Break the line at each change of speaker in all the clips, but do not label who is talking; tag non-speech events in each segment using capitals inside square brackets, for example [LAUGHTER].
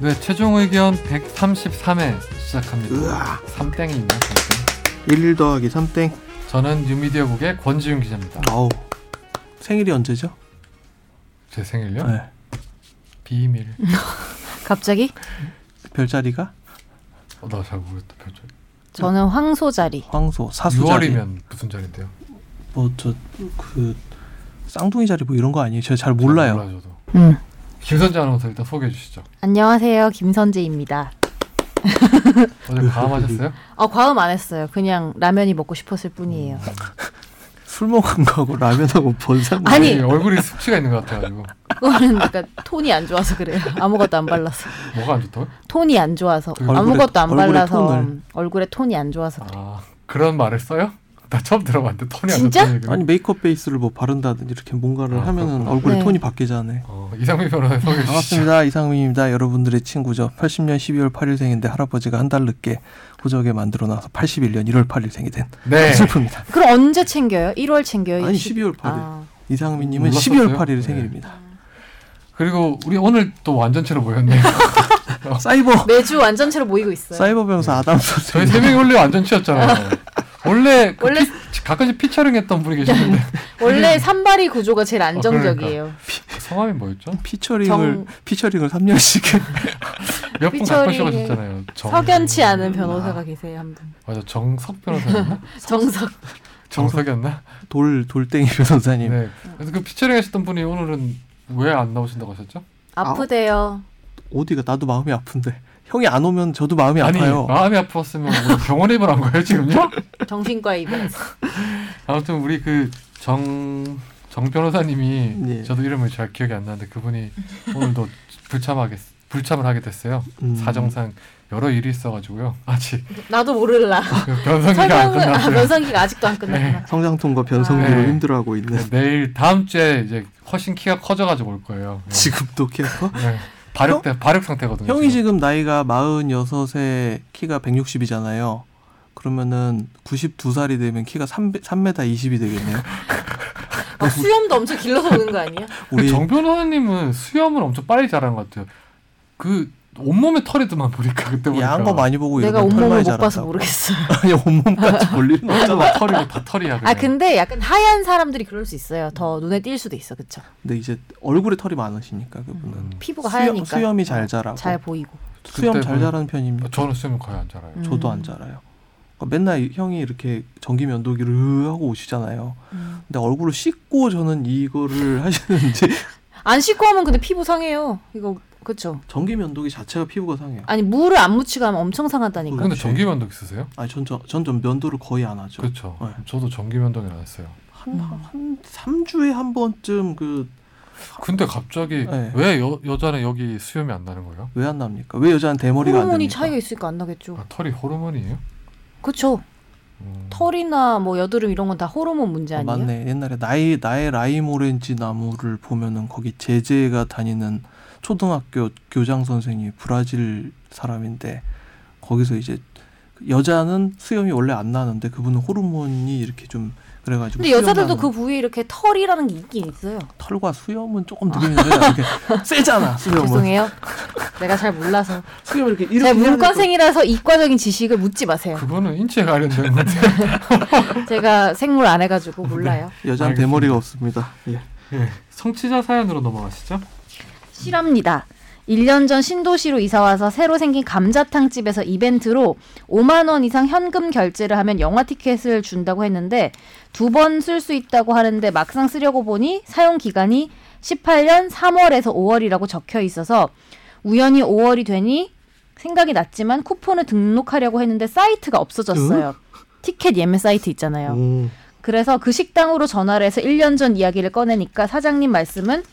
네, 최종 의견 133회 시작합니다.
으아,
삼땡이 있나? 삼땡.
11 더하기 3땡.
저는 뉴미디어국의 권지윤 기자입니다.
어우. 생일이 언제죠?
제 생일요?
네.
비밀.
갑자기
별자리가
어, 나잘 모르겠다. 별자.
저는 황소자리.
황소, 아, 사수자리. 뭐
6월이면 무슨 자리인데요?
뭐저그 쌍둥이 자리 뭐 이런 거 아니에요? 제가 잘 몰라요.
몰라 저도.
음.
김선재 아나운서 일단 소개해 주시죠.
안녕하세요, 김선재입니다.
어제
[LAUGHS]
과음하셨어요?
어, 과음 안 했어요. 그냥 라면이 먹고 싶었을 뿐이에요.
술 먹은 거하고 라면하고 [LAUGHS] 뭔 상관?
아니.
얼굴이 숙취가 있는 것 같아가지고
그거는 약간 톤이 안 좋아서 그래요. 아무것도 안 발라서.
뭐가 안 좋다고?
톤이 안 좋아서.
얼굴에-
아무것도 안
얼굴에
발라서.
톤을.
얼굴에 톤이 안 좋아서. 그래요.
아 그런 말을 써요? 나 처음 들어봤는데 톤이 안
진짜?
좋다는 얘기를.
아니 메이크업 베이스를 뭐 바른다든지 이렇게 뭔가를
아,
하면은
그렇구나.
얼굴에
네.
톤이 바뀌잖아요.
어, 이상민 변호사 소개해
아.
주시죠.
반갑습니다. 이상민입니다. 여러분들의 친구죠. 80년 12월 8일생인데 할아버지가 한 달 늦게 호적에 만들어 놔서 81년 1월 8일생이 된
네.
슬픕니다.
그럼 언제 챙겨요? 1월 챙겨요?
아니
20?
12월 8일.
네, 아,
이상민님은
몰랐었어요?
12월 8일
네.
생일입니다.
그리고 우리 오늘 또 완전체로 모였네요.
사이버
매주 완전체로 모이고 있어요.
사이버 병사
네.
아담 선생.
저희
[LAUGHS]
세 명이 원래
[LAUGHS]
완전체였잖아요. 원래, 그
원래-
피- 가끔씩 피처링했던 분이
[LAUGHS]
계시는데 [LAUGHS]
음.
원래 산발이 구조가 제일
아,
안정적이에요.
그러니까.
성함이 뭐였죠?
피처링을 피처링을
[LAUGHS]
3년씩
네.
몇 분
피처링에
갖고 싶으셨잖아요. 정...
석연치 않은 변호사가 계세요, 한 분.
맞아 정석 변호사였나?
[LAUGHS] 정석.
정석이었나?
돌 돌덩이 변호사님.
네. 그래서 그 피처링 하셨던 분이 오늘은 왜 안 나오신다고 하셨죠?
아프대요.
어디가 나도 마음이 아픈데 형이 안 오면 저도 마음이
아니
아파요.
마음이 아팠으면 우리 병원 입원한 거예요 지금요? [LAUGHS]
정신과에 입원했어.
아무튼 우리 그 정 정 변호사님이
네.
저도 이름을 잘 기억이 안 나는데 그분이
[LAUGHS]
오늘도 불참하게 불참을 하게 됐어요.
음.
사정상 여러 일이 있어가지고요. 아직
나도 모를라.
그 변성기가 안
설명을 아,
끝났어요. 네.
면상기가 아직도 안 끝났구나.
성장통과 변성기로
아. 네.
힘들어하고 있는
네, 내일 다음 주에 이제 훨씬 키가 커져가지고 올 거예요. 네.
[LAUGHS] 지금도 키가
네. 발육 때 발육 상태거든요.
형이
지금.
지금 나이가 46에 키가 160이잖아요. 그러면은 92살이 되면 키가 3, 3m
[LAUGHS]
20이 되겠네요.
막 아, 수염도 엄청 길러서 오는 거 아니야?
우리
그 정 변호사님은 수염을 엄청 빨리 자란 것 같아요. 그 온몸에 털이더만 보니까 그때 보니까
야한 거 많이 보고
내가
이러면 털
온몸을
많이
못 봐서
자란다고.
모르겠어요.
[LAUGHS] 아니
[LAUGHS]
온몸까지 볼 일은 없잖아.
다 털이고 다 털이야. 그냥.
아 근데 약간 하얀 사람들이 그럴 수 있어요. 더 눈에 띌 수도 있어, 그쵸?
근데 이제 얼굴에 털이 많으시니까 그분은
음.
피부가
수염-
하얘니까
수염이 잘 자라고.
잘 보이고.
수염
그때
잘
보니-
자라는 편입니다.
음, 저는 수염이 거의 안 자라요.
음.
어, 저도 안 자라요. 그러니까 맨날 형이 이렇게 전기 면도기를 으 하고 오시잖아요.
음.
근데 얼굴을 씻고 저는 이거를 [LAUGHS] 하시는지
안 씻고 하면 근데 피부 상해요. 이거 그쵸?
전기 면도기 자체가 피부가 상해요.
아니 물을 안 묻히고 하면 엄청 상하다니까.
근데
그렇지.
전기 면도기 쓰세요?
아니 전전전 면도를 거의 안 하죠.
그렇죠.
네.
저도 전기 면도기 안 했어요.
한한 3주에 한 번쯤 그 왜 안
근데 갑자기
네.
왜 여, 여자는 여기 수염이 안 나는 거예요?
납니까? 왜 여자는 대머리가 안
호르몬이
됩니까?
차이가 있으니까 안 나겠죠.
아, 털이 호르몬이에요?
그쵸?
음.
털이나 뭐 여드름 이런 건 다 호르몬 문제
아,
아니에요?
맞네. 옛날에 나의 나의 라임 오렌지 나무를 보면은 거기 제제가 다니는 초등학교 교장 선생이 브라질 사람인데 거기서 이제 여자는 수염이 원래 안 나는데 그분은 호르몬이 이렇게 좀 그래가지고
근데 여자들도
수염 나는-
그 부위에 이렇게 털이라는 게 있긴 있어요.
털과 수염은 조금 느낌이 다르잖아.
[LAUGHS]
이렇게 세잖아 수염은
죄송해요. 내가 잘 몰라서.
수염 이렇게 이렇게
제가
해야 될
문과생이라서 이과적인 지식을 묻지 마세요.
그거는 인체에 관련된 건데
[LAUGHS]
제가 생물 안 해가지고 몰라요.
거- 여자는
알겠습니다.
대머리가 없습니다. 예.
예. 성취자 사연으로 넘어가시죠.
실합니다. 1년 전 신도시로 이사와서 새로 생긴 감자탕집에서 이벤트로 5만 원 이상 현금 결제를 하면 영화 티켓을 준다고 했는데 두 번 쓸 수 있다고 하는데 막상 쓰려고 보니 사용 기간이 18년 3월에서 5월이라고 적혀 있어서 우연히 5월이 되니 생각이 났지만 쿠폰을 등록하려고 했는데 사이트가 없어졌어요. 티켓 예매 사이트 있잖아요.
오.
그래서 그 식당으로 전화를 해서 1년 전 이야기를 꺼내니까 사장님 말씀은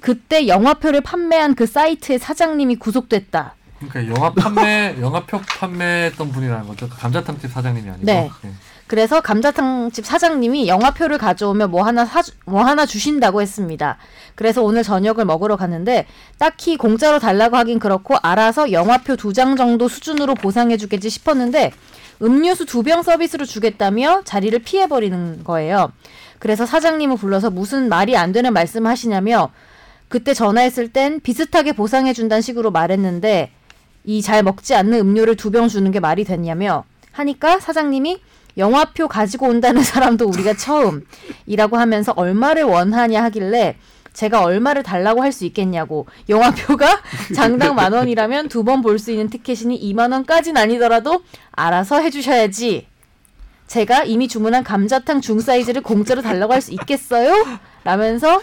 그때 영화표를 판매한 그 사이트의 사장님이 구속됐다.
그러니까 영화 판매, [LAUGHS] 영화표 판매했던 분이라는 거죠. 그 감자탕집 사장님이 아니고.
네.
예.
그래서 감자탕집 사장님이 영화표를 가져오면 뭐 하나 사, 뭐 하나 주신다고 했습니다. 그래서 오늘 저녁을 먹으러 갔는데 딱히 공짜로 달라고 하긴 그렇고 알아서 영화표 두 장 정도 수준으로 보상해 주겠지 싶었는데 음료수 두 병 서비스로 주겠다며 자리를 피해 버리는 거예요. 그래서 사장님을 불러서 무슨 말이 안 되는 말씀 하시냐며 그때 전화했을 땐 비슷하게 보상해 준다는 식으로 말했는데 이 잘 먹지 않는 음료를 두 병 주는 게 말이 됐냐며 하니까 사장님이 영화표 가지고 온다는 [LAUGHS] 사람도 우리가 처음이라고 하면서 얼마를 원하냐 하길래 제가 얼마를 달라고 할 수 있겠냐고 영화표가 [LAUGHS] 장당 만 원이라면 두 번 볼 수 있는 티켓이니 2만 원까진 아니더라도 알아서 해주셔야지 제가 이미 주문한 감자탕 중 사이즈를 공짜로 달라고 할 수 있겠어요? 라면서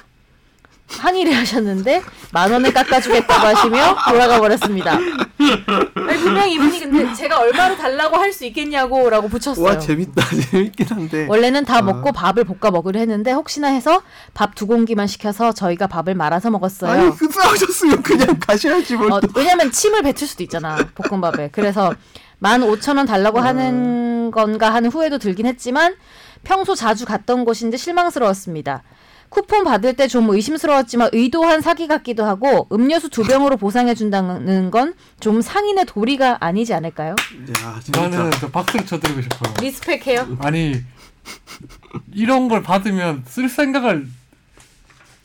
항의를 하셨는데 만 원을 깎아주겠다고 하시며 돌아가 버렸습니다. 아니, 분명히 이분이 근데 제가 얼마로 달라고 할 수 있겠냐고라고 붙였어요.
와 재밌다 [LAUGHS] 재밌긴 한데
원래는 다
아.
먹고 밥을 볶아 먹으려 했는데 혹시나 해서 밥 두 공기만 시켜서 저희가 밥을 말아서 먹었어요.
아니 그 싸우셨으면 그냥 가셔야지 뭐. 뭘
어, 왜냐면 침을 뱉을 수도 있잖아 볶음밥에 그래서 15,000원 달라고 하는 건가 하는 후회도 들긴 했지만 평소 자주 갔던 곳인데 실망스러웠습니다 쿠폰 받을 때 좀 의심스러웠지만 의도한 사기 같기도 하고 음료수 두 병으로 보상해 준다는 건 좀 상인의 도리가 아니지 않을까요?
야
나는
진짜
저 박수를 쳐드리고 싶어요.
리스펙해요.
아니 이런 걸 받으면 쓸 생각을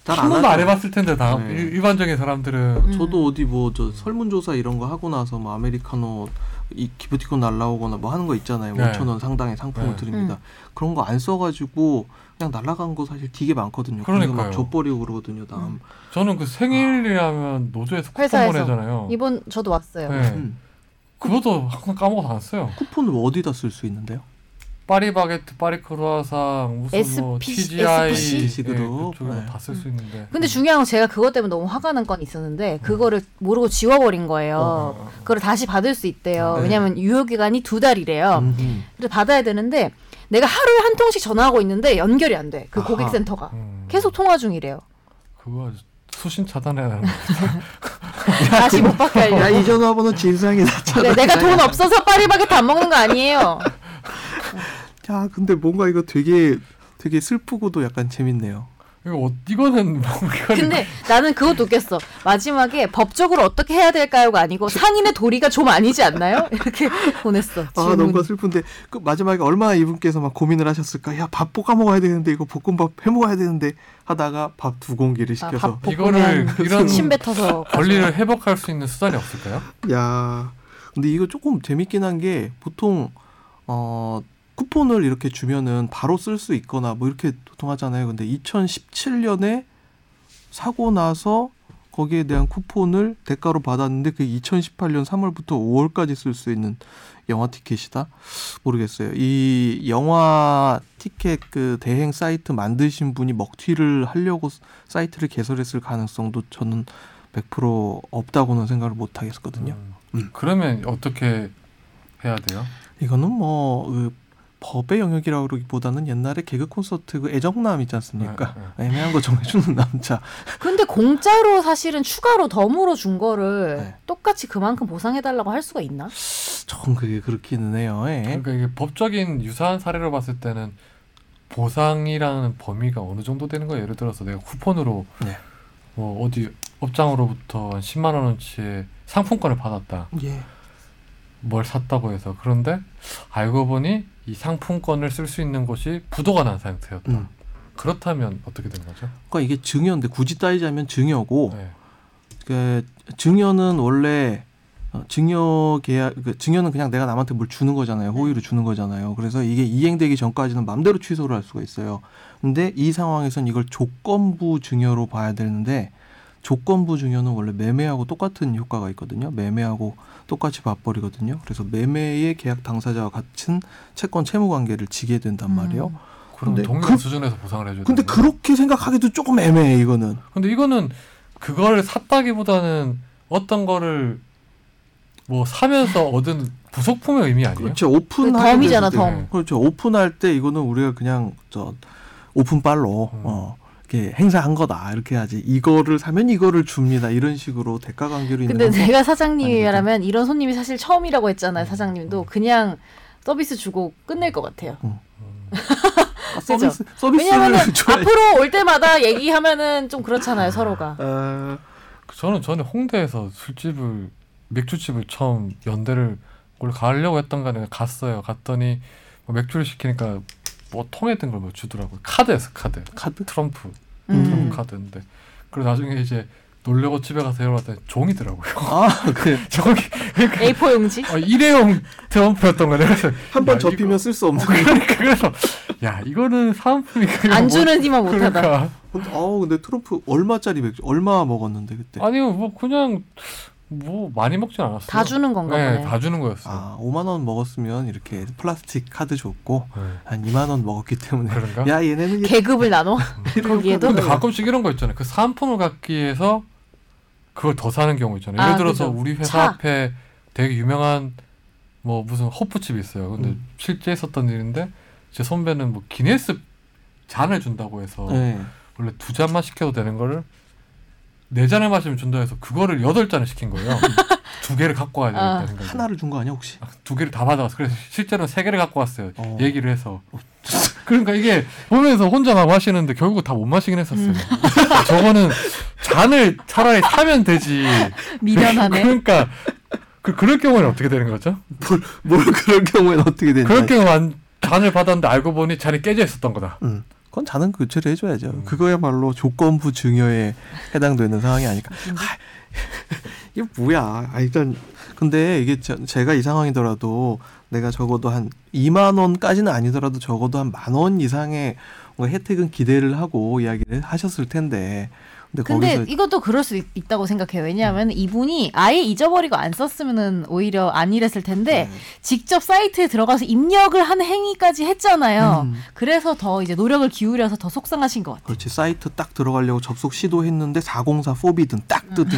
잘
한
안
번도 안
하죠.
해봤을 텐데 다
네.
일- 일반적인
음.
사람들은
저도 어디 뭐 저 설문조사 이런 거 하고 나서 뭐 아메리카노 이 기프티콘 날라오거나 뭐 하는 거 있잖아요.
네.
5천 원 상당의 상품을
네.
드립니다.
음.
그런 거 안 써가지고 그냥 날라간 거 사실 되게 많거든요.
그러니까요.
막 줘버리고 그러거든요. 다음.
저는 그 생일이라면 노조에서 쿠폰
회사에서.
보내잖아요.
이번 저도 왔어요.
어. 네.
음.
그것도 항상 까먹어서 안 써요.
쿠폰을 뭐 어디다 쓸 수 있는데요?
파리바게트, 파리크루아상, 무슨 뭐
SPC?
TGI
SPC?
식으로. 네.
다쓸 수 있는데.
음. 근데 중요한 건 제가 그것 때문에 너무 화가 난 건 있었는데 그거를 모르고 지워버린 거예요.
어.
그걸 다시 받을 수 있대요.
네.
왜냐면 유효 기간이 두 달이래요.
음.
그래서 받아야 되는데 내가 하루에 한 통씩 전화하고 있는데 연결이 안 돼. 그
아하.
고객센터가
음.
계속 통화 중이래요.
그거 아주 수신 차단해야 되는 거.
다시 못 받게
야,
하려고.
이 전화번호 진상이 났잖아.
네, 내가 돈 없어서 파리바게트 안 먹는
[LAUGHS]
거 아니에요.
야, 근데 뭔가 이거 되게 되게 슬프고도 약간 재밌네요.
이거 어, 이거는 뭔가
그러니까.
근데 나는 그것도 웃겼어. 마지막에 법적으로 어떻게 해야 될까요가 아니고 상인의 도리가 좀
[LAUGHS]
아니지 않나요? 이렇게 보냈어.
아,
질문이.
너무 슬픈데 그 마지막에 얼마나 이분께서 막 고민을 하셨을까? 야, 밥 볶아 먹어야 되는데 이거 볶음밥 해 먹어야 되는데 하다가 밥 두 공기를
아,
시켜서
밥
이거를
볶으면
이런
침 뱉어서
권리를 회복할 수 있는 수단이 없을까요?
야. 근데 이거 조금 재밌긴 한 게 보통 어 쿠폰을 이렇게 주면은 바로 쓸 수 있거나 뭐 이렇게 보통 하잖아요. 근데 2017년에 사고 나서 거기에 대한 쿠폰을 대가로 받았는데 그 2018년 3월부터 5월까지 쓸 수 있는 영화 티켓이다. 모르겠어요. 이 영화 티켓 그 대행 사이트 만드신 분이 먹튀를 하려고 사이트를 개설했을 가능성도 저는 100% 없다고는 생각을 못 하겠거든요. 음.
그러면 어떻게 해야 돼요?
이거는 뭐 그, 법의 영역이라고 그러기보다는 옛날에 개그 콘서트 그 애정남 있지 않습니까?
아, 네.
애매한 거 정해주는 남자.
근데 공짜로 사실은 추가로 덤으로 준 거를
네.
똑같이 그만큼 보상해달라고 할 수가 있나?
조금 그게 그렇기는 해요. 예.
그러니까 이게 법적인 유사한 사례로 봤을 때는 보상이라는 범위가 어느 정도 되는 거예요? 예를 들어서 내가 쿠폰으로
네.
뭐 어디 업장으로부터 한 10만 원어치의 상품권을 받았다.
예.
뭘 샀다고 해서 그런데 알고 보니 이 상품권을 쓸 수 있는 곳이 부도가 난 상태였다.
음.
그렇다면 어떻게 되는 거죠?
그러니까 이게 증여인데 굳이 따지자면 증여고
네.
그 증여는 원래 어, 증여 계약 그 증여는 그냥 내가 남한테 뭘 주는 거잖아요 호의를 주는 거잖아요 그래서 이게 이행되기 전까지는 맘대로 취소를 할 수가 있어요 근데 이 상황에선 이걸 조건부 증여로 봐야 되는데 조건부 증여는 원래 매매하고 똑같은 효과가 있거든요 매매하고 똑같이 밥벌이거든요 그래서 매매의 계약 당사자와 같은 채권 채무 관계를 지게 된단 말이에요
음.
그럼
근데
동일한
그-
수준에서 보상을 해줘야
근데
되는 거예요?
그렇게 생각하기도 조금 애매해 이거는
근데 이거는 그걸 샀다기보다는 어떤 거를 뭐 사면서 얻은 부속품의 의미 아니에요?
그렇죠 오픈
네, 덤이잖아,
덤.
그렇죠. 오픈할 때 이거는 우리가 그냥 저 오픈빨로
음.
어 이렇게 행사한 거다 이렇게 하지 이거를 사면 이거를 줍니다 이런 식으로 대가 관계로 있는
근데 네,
거.
내가 사장님이라면 이런 손님이 사실 처음이라고 했잖아요. 사장님도 그냥 서비스 주고 끝낼 것 같아요.
음.
아, 서비스
왜냐면은
서비스를 [LAUGHS] 줘야
앞으로 올 때마다 얘기하면은 좀
[LAUGHS]
그렇잖아요, 서로가.
아,
저는 저는 홍대에서 술집을 맥주집을 처음 연대를 원래 가려고 했던 거 아니라 갔어요. 갔더니 뭐 맥주를 시키니까 뭐 통에 든 걸 뭐 주더라고요. 카드에서 카드.
카드
트럼프
음.
트럼프 카드인데 그리고 나중에 이제 놀려고 집에 가서 데려왔더니 종이더라고요. [LAUGHS]
아, 그
저기
A4 용지.
어, 일회용 트럼프였던 거네. 그래서
한 번
야,
접히면 쓸 수 없는.
이거- 그러니까 그래서 야 이거는 사은품이 그냥
안
뭐-
주는 희만 못하다.
그러니까
근데, 아우 근데 트럼프 얼마짜리 맥주 얼마 먹었는데 그때?
아니요 뭐 그냥 뭐 많이 먹진 않았어요.
다 주는 건가
네,
보네.
다 주는 거였어요.
아 5만 원 먹었으면 이렇게 플라스틱 카드 줬고
네.
한 2만 원 먹었기 때문에
그런가?
야 얘네는 이게
계급을 나눠 [LAUGHS] 거기에도
근데 가끔씩 이런 거 있잖아요. 그 사은품을 갖기 위해서 그걸 더 사는 경우 있잖아요. 예를
아,
들어서
그죠.
우리 회사
차.
앞에 되게 유명한 뭐 무슨 호프집이 있어요. 근데
음.
실제 있었던 일인데 제 선배는 뭐 기네스 잔을 준다고 해서
네.
원래 두 잔만 시켜도 되는 거를 네 잔을 마시면 준다 해서 그거를 여덟 잔을 시킨
[LAUGHS]
거예요. 두 개를 갖고 와야
아.
되겠다는 거예요.
하나를 준 거 아니야 혹시?
두 개를 다 받아왔어. 그래서 실제로 세 개를 갖고 왔어요.
어.
얘기를 해서. [LAUGHS] 그러니까 이게 보면서 혼자 막 마시는데 결국 다 못 마시긴 했었어요.
음.
[LAUGHS] 저거는 잔을 차라리 사면 되지.
미련하네.
그러니까 그 그럴 경우에는 어떻게 되는 거죠?
뭘 그럴 경우에는 어떻게 되냐?
그럴 경우 안 잔을 받았는데 알고 보니 잔이 깨져 있었던 거다.
음, 그건 자는 교체를 해줘야죠.
음.
그거야말로 조건부 증여에 해당되는 상황이 아닐까.
음.
[LAUGHS] 하, 이게 뭐야? 아, 일단 근데 이게 저- 제가 이 상황이더라도 내가 적어도 한 2만 원까지는 아니더라도 적어도 한 만 원 이상의 뭔가 혜택은 기대를 하고 이야기를 하셨을 텐데. 근데,
근데
그러니까 거기서
이것도 그럴 수 있, 다고 생각해요. 왜냐하면 이분이 아예 잊어버리고 안 썼으면은 오히려 안 일했을 텐데 직접 사이트에 들어가서 입력을 한 행위까지 했잖아요.
음.
그래서 더 이제 노력을 기울여서 더 속상하신 것 같아요.
그렇지 사이트 딱 들어가려고 접속 시도했는데 404 포비든 딱 뜨든지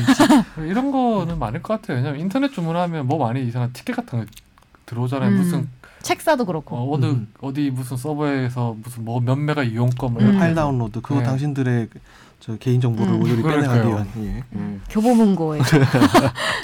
이런 거는 많을 것 같아요. 왜냐면 인터넷 주문하면 뭐 많이 이상한 티켓 같은 거 들어오잖아요.
음.
무슨
책사도 그렇고.
어, 어디
음.
어디 무슨 서버에서 무슨 뭐 몇 메가 이용권 뭐
음.
이렇게
파일
해서.
다운로드 그거
네.
당신들의 저 개인 정보를
음.
오늘이 빼내가기
그러니까요.
위한 예.
음, 교보문고에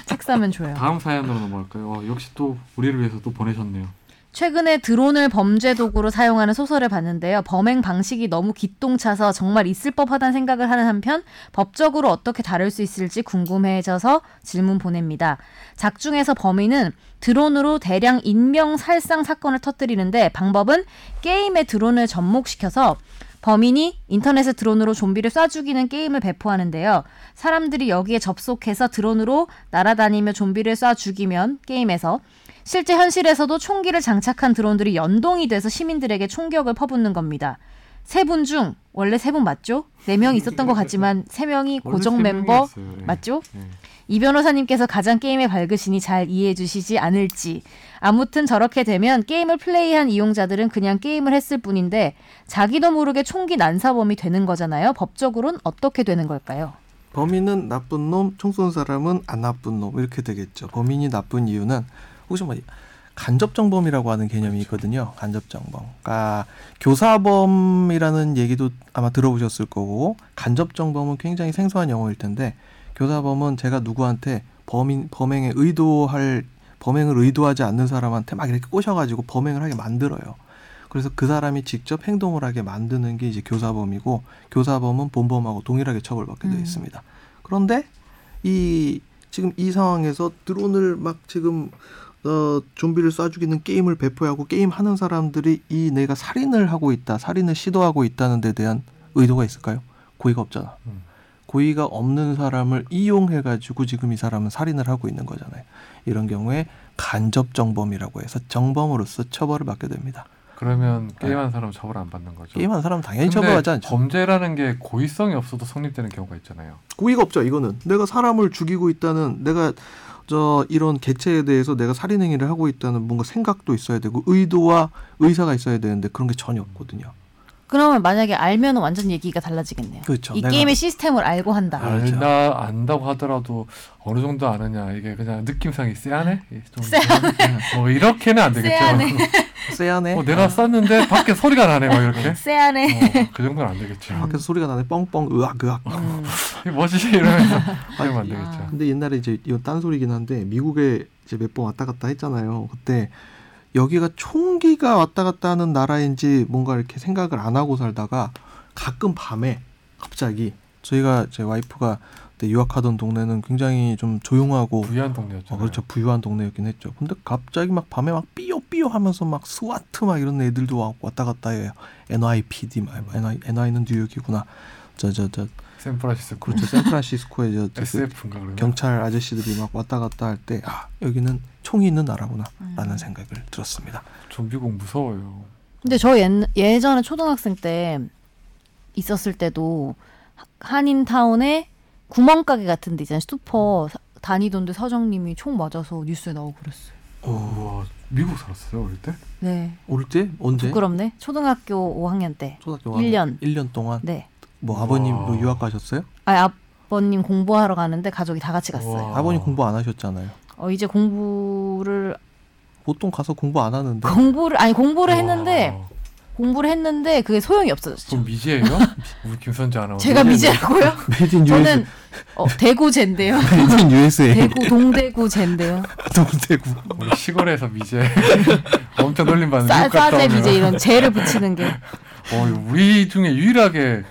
책 사면 줘요.
다음 사연으로 넘어갈까요? 어, 역시 또 우리를 위해서 또 보내셨네요.
최근에 드론을 범죄 도구로 사용하는 소설을 봤는데요. 범행 방식이 너무 기똥차서 정말 있을 법하다는 생각을 하는 한편 법적으로 어떻게 다룰 수 있을지 궁금해져서 질문 보냅니다. 작중에서 범인은 드론으로 대량 인명 살상 사건을 터뜨리는데 방법은 게임에 드론을 접목시켜서 범인이 인터넷에 드론으로 좀비를 쏴 죽이는 게임을 배포하는데요. 사람들이 여기에 접속해서 드론으로 날아다니며 좀비를 쏴 죽이면 게임에서 실제 현실에서도 총기를 장착한 드론들이 연동이 돼서 시민들에게 총격을 퍼붓는 겁니다. 세 분 중 원래 세 분 맞죠? 네 명 있었던 것 같지만 세 명이 네. 고정 멤버
예.
맞죠? 이 변호사님께서 가장 게임에 밝으시니 잘 이해해 주시지 않을지. 아무튼 저렇게 되면 게임을 플레이한 이용자들은 그냥 게임을 했을 뿐인데 자기도 모르게 총기 난사범이 되는 거잖아요. 법적으론 어떻게 되는 걸까요?
범인은 나쁜 놈, 총 쏜 사람은 안 나쁜 놈 이렇게 되겠죠. 범인이 나쁜 이유는 혹시 뭐 간접정범이라고 하는 개념이 있거든요. 간접정범. 그러니까 교사범이라는 얘기도 아마 들어보셨을 거고 간접정범은 굉장히 생소한 용어일 텐데 교사범은 제가 누구한테 범인 범행에 의도할 범행을 의도하지 않는 사람한테 막 이렇게 꼬셔가지고 범행을 하게 만들어요. 그래서 그 사람이 직접 행동을 하게 만드는 게 이제 교사범이고 교사범은 본범하고 동일하게 처벌받게 되어
음.
있습니다. 그런데 이 지금 이 상황에서 드론을 막 지금 어, 좀비를 쏴 죽이는 게임을 배포하고 게임 하는 사람들이 이 내가 살인을 하고 있다, 살인을 시도하고 있다는 데 대한 의도가 있을까요? 고의가 없잖아.
음.
고의가 없는 사람을 이용해 가지고 지금 이 사람은 살인을 하고 있는 거잖아요. 이런 경우에 간접 정범이라고 해서 정범으로서 처벌을 받게 됩니다.
그러면 게임한 사람 은 처벌 안 받는 거죠?
게임한 사람 당연히
근데
처벌하지 않죠.
범죄라는 게 고의성이 없어도 성립되는 경우가 있잖아요.
고의가 없죠. 이거는 내가 사람을 죽이고 있다는 내가 저 이런 개체에 대해서 내가 살인 행위를 하고 있다는 뭔가 생각도 있어야 되고 의도와 의사가 있어야 되는데 그런 게 전혀 없거든요.
그러면 만약에 알면 완전 얘기가 달라지겠네요.
그렇죠.
이
내가-
게임의 시스템을 알고 한다.
알죠.
알다 안다고 하더라도 어느 정도 아느냐 이게 그냥 느낌상이 쎄하네. 좀 뭐 이렇게는 안 되겠죠. [LAUGHS]
쎄하네.
쎄하네. 음.
어, 내가 쐈는데 밖에 소리가 나네 막 이렇게.
쎄하네.
어, 그 정도는 안 되겠죠.
밖에서 소리가 나네. 뻥뻥 으악 으악.
음.
이 뭐지 이러면서
[LAUGHS]
이러면 안 되겠죠.
아, 근데 옛날에 이제 이건 딴소리긴 한데 미국에 이제 몇 번 왔다 갔다 했잖아요. 그때 여기가 총기가 왔다 갔다 하는 나라인지 뭔가 이렇게 생각을 안 하고 살다가 가끔 밤에 갑자기 저희가 제 와이프가 그때 유학하던 동네는 굉장히 좀 조용하고
부유한 동네였죠.
어, 그렇죠 부유한 동네였긴 했죠. 근데 갑자기 막 밤에 막 삐요삐요 하면서 막 스와트 막 이런 애들도 와- 왔다 갔다 해요. NYPD 막 NY, NY는 뉴욕이구나. 저 저 저
샌프란시스코
그렇죠 샌프란시스코에 저, 저 그
SF인가 그러면
경찰 아저씨들이 막 왔다 갔다 할 때 아 여기는 총이 있는 나라구나라는
음.
생각을 들었습니다.
좀비국 무서워요.
근데 저 예, 예전에 초등학생 때 있었을 때도 하- 한인타운에 구멍가게 같은 데 있잖아요. 슈퍼 사- 다니던데 사장님이 총 맞아서 뉴스에 나오고 그랬어요.
오,
우와 미국 살았어요 어릴 때?
네.
올때 언제?
부끄럽네. 초등학교 5학년 때.
초등학교
일 년.
1년 동안
네.
뭐 아버님
우와.
뭐 유학 가셨어요?
아, 아버님 공부하러 가는데 가족이 다 같이 갔어요.
우와.
아버님 공부 안 하셨잖아요.
어, 이제 공부를
보통 가서 공부 안 하는데
공부를 아니 공부를
네? 우와.
했는데 공부를 했는데 그게 소용이 없어졌죠.
그럼 미제예요?
[LAUGHS]
우리 김선재 아나운서
[LAUGHS] 제가
[LAUGHS]
미제라고요?
메이드 인 [LAUGHS]
저는 네.
US
어, 대구젠데요.
메이드 인 USA
대구 동대구젠데요.
동대구
네.
우리 시골에서
[LAUGHS]
미제 엄청 놀림 받는
싸-
미국 갔다
싸제
오면.
미제 이런 제를 붙이는 게
어, 우리 중에 유일하게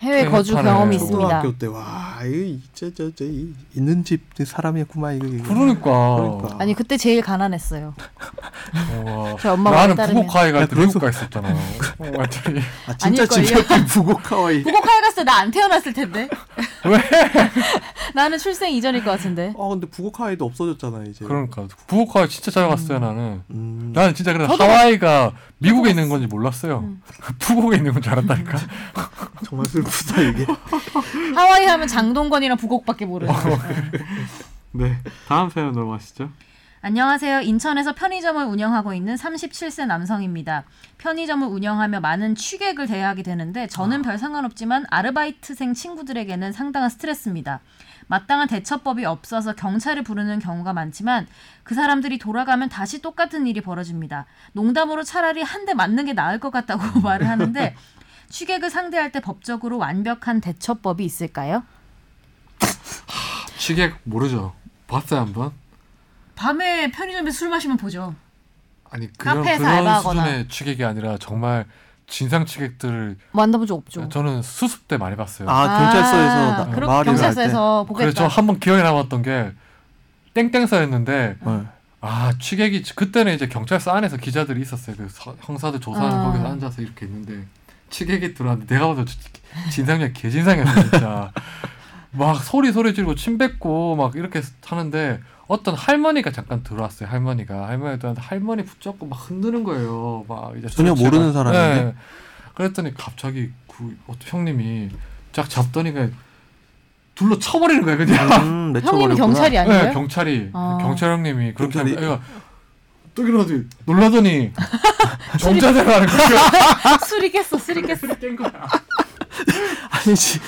해외 거주
행복하네.
경험이 있습니다.
초등학교 때와 이거 저저저 있는 집 사람이구만 이거 이거.
그러니까.
그러니까.
아니 그때 제일 가난했어요.
우와.
저 엄마 말에
나는
따르면
부곡하이
야,
갈때
그래서-
미국 가
[LAUGHS]
있었잖아. 어, 완전히
아, 진짜
아닐걸요?
집에 [LAUGHS] 부곡하와이
부곡하에 갔을 때 나 안 태어났을 텐데.
왜?
[LAUGHS] 나는 출생 이전일 것 같은데.
아 근데 부곡하와이도 없어졌잖아 이제
네.
그러니까 부곡하이 진짜 잘 갔어요 나는.
음,
나는 진짜 그래서
저도
하와이가 미국에 있는 건지 몰랐어요.
음.
[LAUGHS] 부곡에 있는 건 줄
[LAUGHS]
알았다니까.
정말 슬프다 이게
하와이 하면 장동건이랑 부곡밖에 모르죠.
네 다음 사연 넘어가시죠.
안녕하세요. 인천에서 편의점을 운영하고 있는 37세 남성입니다. 편의점을 운영하며 많은 취객을 대하게 되는데 저는 별 상관없지만 아르바이트생 친구들에게는 상당한 스트레스입니다. 마땅한 대처법이 없어서 경찰을 부르는 경우가 많지만 그 사람들이 돌아가면 다시 똑같은 일이 벌어집니다. 농담으로 차라리 한 대 맞는 게 나을 것 같다고 [LAUGHS] 말을 하는데 취객을 상대할 때 법적으로 완벽한 대처법이 있을까요?
시객 모르죠. 봤어요 한번?
밤에 편의점에 술 마시면 보죠.
아니 그런
카페에서
그런
알바하거나.
수준의 취객이 아니라 정말 진상 취객들을
만나본 적 없죠.
네, 저는 수습 때 많이 봤어요.
아 경찰서에서 나-
그렇-
마을에
경찰서에서 보겠다.
그래서 저 한 번 기억에 남았던 게 땡땡서였는데
갈때
아 취객이 그때는 이제 경찰서 안에서 기자들이 있었어요. 그 서- 형사들 조사하는
아.
거기서 앉아서 이렇게 있는데 취객이 들어왔는데 내가 봐도 진- 진상이야 개진상이었어 진짜. [LAUGHS] 막 소리 소리 지르고 침 뱉고 막 이렇게 하는데 어떤 할머니가 잠깐 들어왔어요. 할머니가 할머니도 할머니 붙잡고 막 흔드는 거예요. 막 이제
전혀
술 취해가-
모르는 사람인데?
네. 그랬더니 갑자기 그 어떤 형님이 쫙 잡더니 그냥 둘러 쳐버리는 거예요 그냥.
음,
형님이
맺혀버렸구나.
경찰이 아니에요?
네, 경찰이
아.
경찰 형님이 그렇게
경찰이-
애가 또 일어나서
[LAUGHS]
놀라더니 정자세로 하는 거야.
술이 깼어, 술이 깼어.
깬 거야.
아니지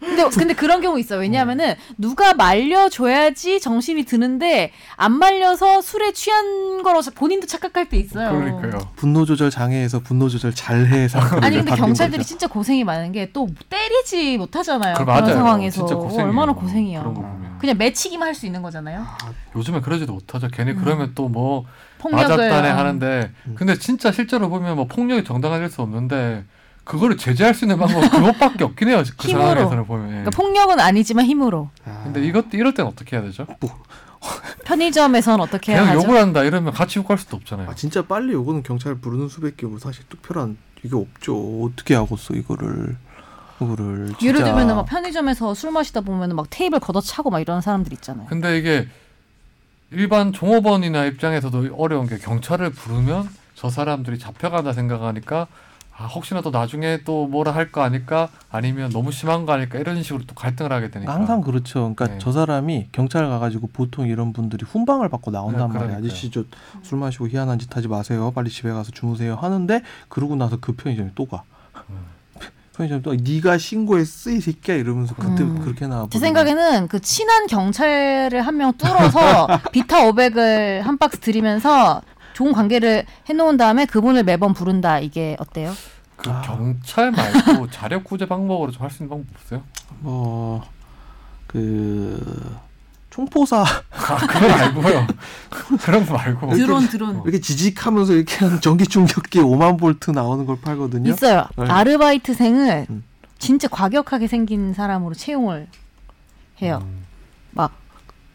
근데 근데 그런 경우 있어. 왜냐하면은 누가 말려줘야지 정신이 드는데 안 말려서 술에 취한 거로 자- 본인도 착각할 때 있어요.
그러니까요. 그러니까
분노 조절 장애에서 분노 조절 잘해 상태로
아니
이제
근데
바뀐
경찰들이
거죠.
진짜 고생이 많은 게 또 때리지 못하잖아요.
그걸
네, 그런
맞아요.
상황에서
진짜 고생이에요.
얼마나 고생이야.
그런 거 보면.
그냥 매치기만 할 수 있는 거잖아요.
요즘에 그러지도 못하죠. 괜히
음.
그러면 또 뭐
폭력을
맞았다네 하는데
음.
근데 진짜 실제로 보면 뭐 폭력이 정당화될 수 없는데 그거를 제재할 수 있는 방법 그것밖에 없긴 해요. 그
힘으로.
상황에서는 보면. 예.
그러니까 폭력은 아니지만 힘으로.
아,
근데 이것도 이럴 땐 어떻게 해야 되죠?
편의점에선 어떻게 해야
그냥
하죠?
욕을 한다 이러면 같이 욕할 수도 없잖아요.
아 진짜 빨리 요거는 경찰 부르는 수밖에 없고 사실 특별한 이게 없죠. 어떻게 하고서 이거를 이거를 진짜
예를 들면은 막 편의점에서 술 마시다 보면은 막 테이블 걷어차고 막 이런 사람들 있잖아요.
그러니까
근데 이게 일반 종업원이나 입장에서도 어려운 게 경찰을 부르면 저 사람들이 잡혀간다 생각하니까 아 혹시나 또 나중에 또 뭐라 할 거 아닐까 아니면 너무 심한 거 아닐까 이런 식으로 또 갈등을 하게 되니까
항상 그렇죠. 그러니까
네.
저 사람이 경찰 가가지고 보통 이런 분들이 훈방을 받고 나온단
네,
말이야.
그러니까요.
아저씨 저 술 마시고 희한한 짓 하지 마세요. 빨리 집에 가서 주무세요. 하는데 그러고 나서 그 편의점에 또 가.
음.
[LAUGHS] 편의점 또 네가 신고했어 이 새끼야 이러면서 그때
음.
그렇게 나와.
제 생각에는 그 친한 경찰을 한 명
[LAUGHS]
뚫어서 비타 500을 한 박스 드리면서 좋은 관계를 해놓은 다음에 그분을 매번 부른다 이게 어때요?
그
아.
경찰 말고
[LAUGHS]
자력 구제 방법으로 좀 할 수 있는 방법 없어요?
뭐그 총포사 [LAUGHS]
아 그거 말고요. 그런 거 말고
드론 드론
어, 이렇게 지직하면서 이렇게 하는 전기 충격기 5만 볼트 나오는 걸 팔거든요.
있어요.
네.
아르바이트생을
음.
진짜 과격하게 생긴 사람으로 채용을 해요.
음,
막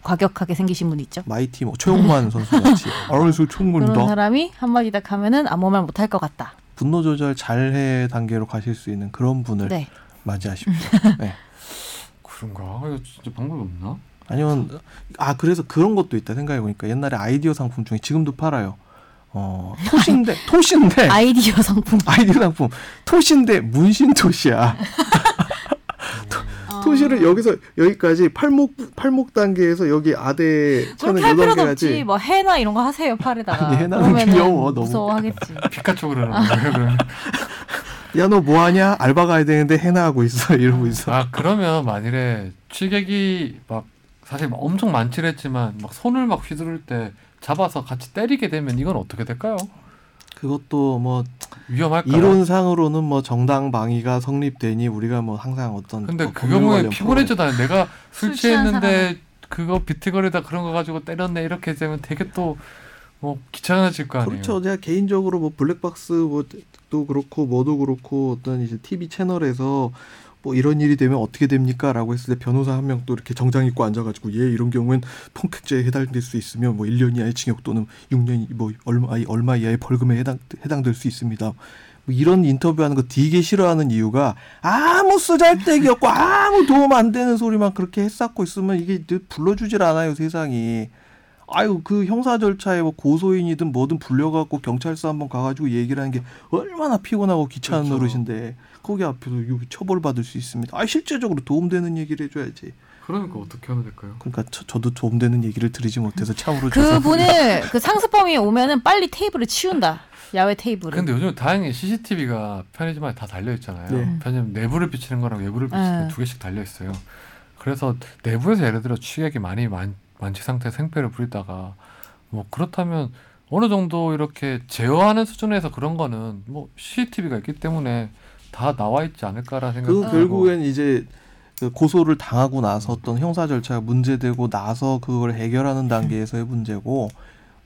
과격하게 생기신 분 있죠.
마이티 뭐 최용만 선수
[LAUGHS]
같이 얼굴
그런
충분다
사람이 아, 한마디 딱 하면은 아무 말 못할 뭐 것 같다.
분노 조절 잘해 단계로 가실 수 있는 그런 분을 네.
네.
맞이하십시오.
[LAUGHS]
그런가? 이거 진짜 방법이 없나?
아니면 아 그래서 그런 것도 있다 생각해 보니까 옛날에 아이디어 상품 중에 지금도 팔아요.
[LAUGHS]
어 토시인데 토시인데
네. 아이디어 [LAUGHS] 상품.
음. 아이디어 상품 토시인데 문신 [LAUGHS] 토시야. 토시를 여기서 여기까지 팔목 팔목 단계에서 여기 아대
그럼
선을
팔
눌러
필요도
가지.
없지. 뭐 해나 이런 거 하세요 팔에다가.
아니, 해나는
그러면은
귀여워, [LAUGHS] 너무.
무서워하겠지.
피카츄 그러는 거예요. 그러면.
야 너 뭐하냐 알바 가야 되는데 해나 하고 있어 [LAUGHS] 이러고 있어.
아 그러면 만일에 취객이 막 사실 막 엄청 많긴 했지만 막 손을 막 휘두를 때 잡아서 같이 때리게 되면 이건 어떻게 될까요?
그것도 뭐
위험할까요?
이론상으로는 뭐 정당 방위가 성립되니 우리가 뭐 항상 어떤
근데
뭐
그
법률
경우에
관련 프로그램-
피곤해지다 내가
술
술
취한
취했는데 그거 비트거리다 그런 거 가지고 때렸네 이렇게 되면 되게 또 뭐 귀찮아질 거 아니에요.
그렇죠. 제가 개인적으로 뭐 블랙박스 뭐도 그렇고 뭐도 그렇고 어떤 이제 TV 채널에서 뭐 이런 일이 되면 어떻게 됩니까라고 했을 때 변호사 한 명 또 이렇게 정장 입고 앉아가지고 예 이런 경우엔 폭행죄에 해당될 수 있으며 뭐 1년 이하의 징역 또는 6년 이- 뭐 얼마 아니, 얼마 이하의 벌금에 해당 해당될 수 있습니다. 뭐 이런 인터뷰하는 거 되게 싫어하는 이유가 아무 쓰잘데기 없고 아무 도움 안 되는 소리만 그렇게 해쌓고 있으면 이게 불러주질 않아요 세상이. 아유 그 형사 절차에 뭐 고소인이든 뭐든 불려갖고 경찰서 한번 가가지고 얘기를 하는 게 얼마나 피곤하고 귀찮은
그렇죠.
노릇인데 거기 앞에서 이거 처벌받을 수 있습니다. 아 실제적으로 도움되는 얘기를 해줘야지.
그러니까 어떻게 하면 될까요?
그러니까 저, 도 도움되는 얘기를 드리지 못해서 참으로
그분을 그 상습범이 오면은 빨리 테이블을 치운다. 야외 테이블을.
근데 요즘 다행히 CCTV가 편의점에 다 달려 있잖아요.
네.
편의점 내부를 비치는 거랑 외부를 비치는
네.
게 두 개씩 달려 있어요. 그래서 내부에서 예를 들어 취객이 많이 만, 만취 상태 생패를 부리다가 뭐 그렇다면 어느 정도 이렇게 제어하는 수준에서 그런 거는 뭐 CCTV가 있기 때문에 다 나와 있지 않을까라는 생각이
그
들고
결국엔 이제 그 고소를 당하고 나서 어떤 형사 절차가 문제되고 나서 그걸 해결하는 단계에서의 문제고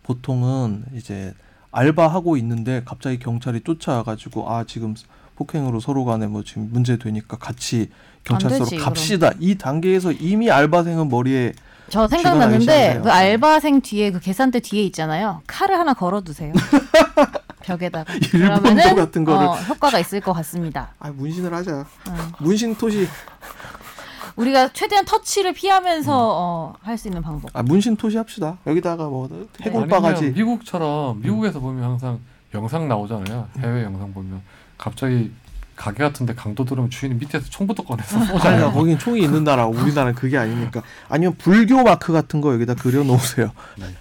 보통은 이제 알바하고 있는데 갑자기 경찰이 쫓아와가지고 아 지금 폭행으로 서로 간에 뭐 지금 문제 되니까 같이 경찰서로
되지,
갑시다 이 단계에서 이미 알바생은 머리에
저
주문하기
생각났는데 그
시작해요.
알바생 뒤에 그 계산대 뒤에 있잖아요. 칼을
[LAUGHS]
하나 걸어두세요. 벽에다가.
일본도
그러면은,
같은 거를.
어, 효과가 있을 것 같습니다.
아 문신을 하자
어.
문신 토시
우리가 최대한 터치를 피하면서
음.
어, 할 수 있는 방법.
아 문신 토시 합시다 여기다가 뭐 해골
네. 아니면
바가지 음.
미국처럼 미국에서 보면 항상 영상 나오잖아요. 해외 영상 보면 갑자기 가게 같은데 강도 들으면 주인이 밑에서 총부터 꺼내서
아니, 나
쏘잖아요.
거긴 총이 있는 나라고 우리나라는 그게 아니니까. 아니면 불교 마크 같은 거 여기다 그려 놓으세요.
아무튼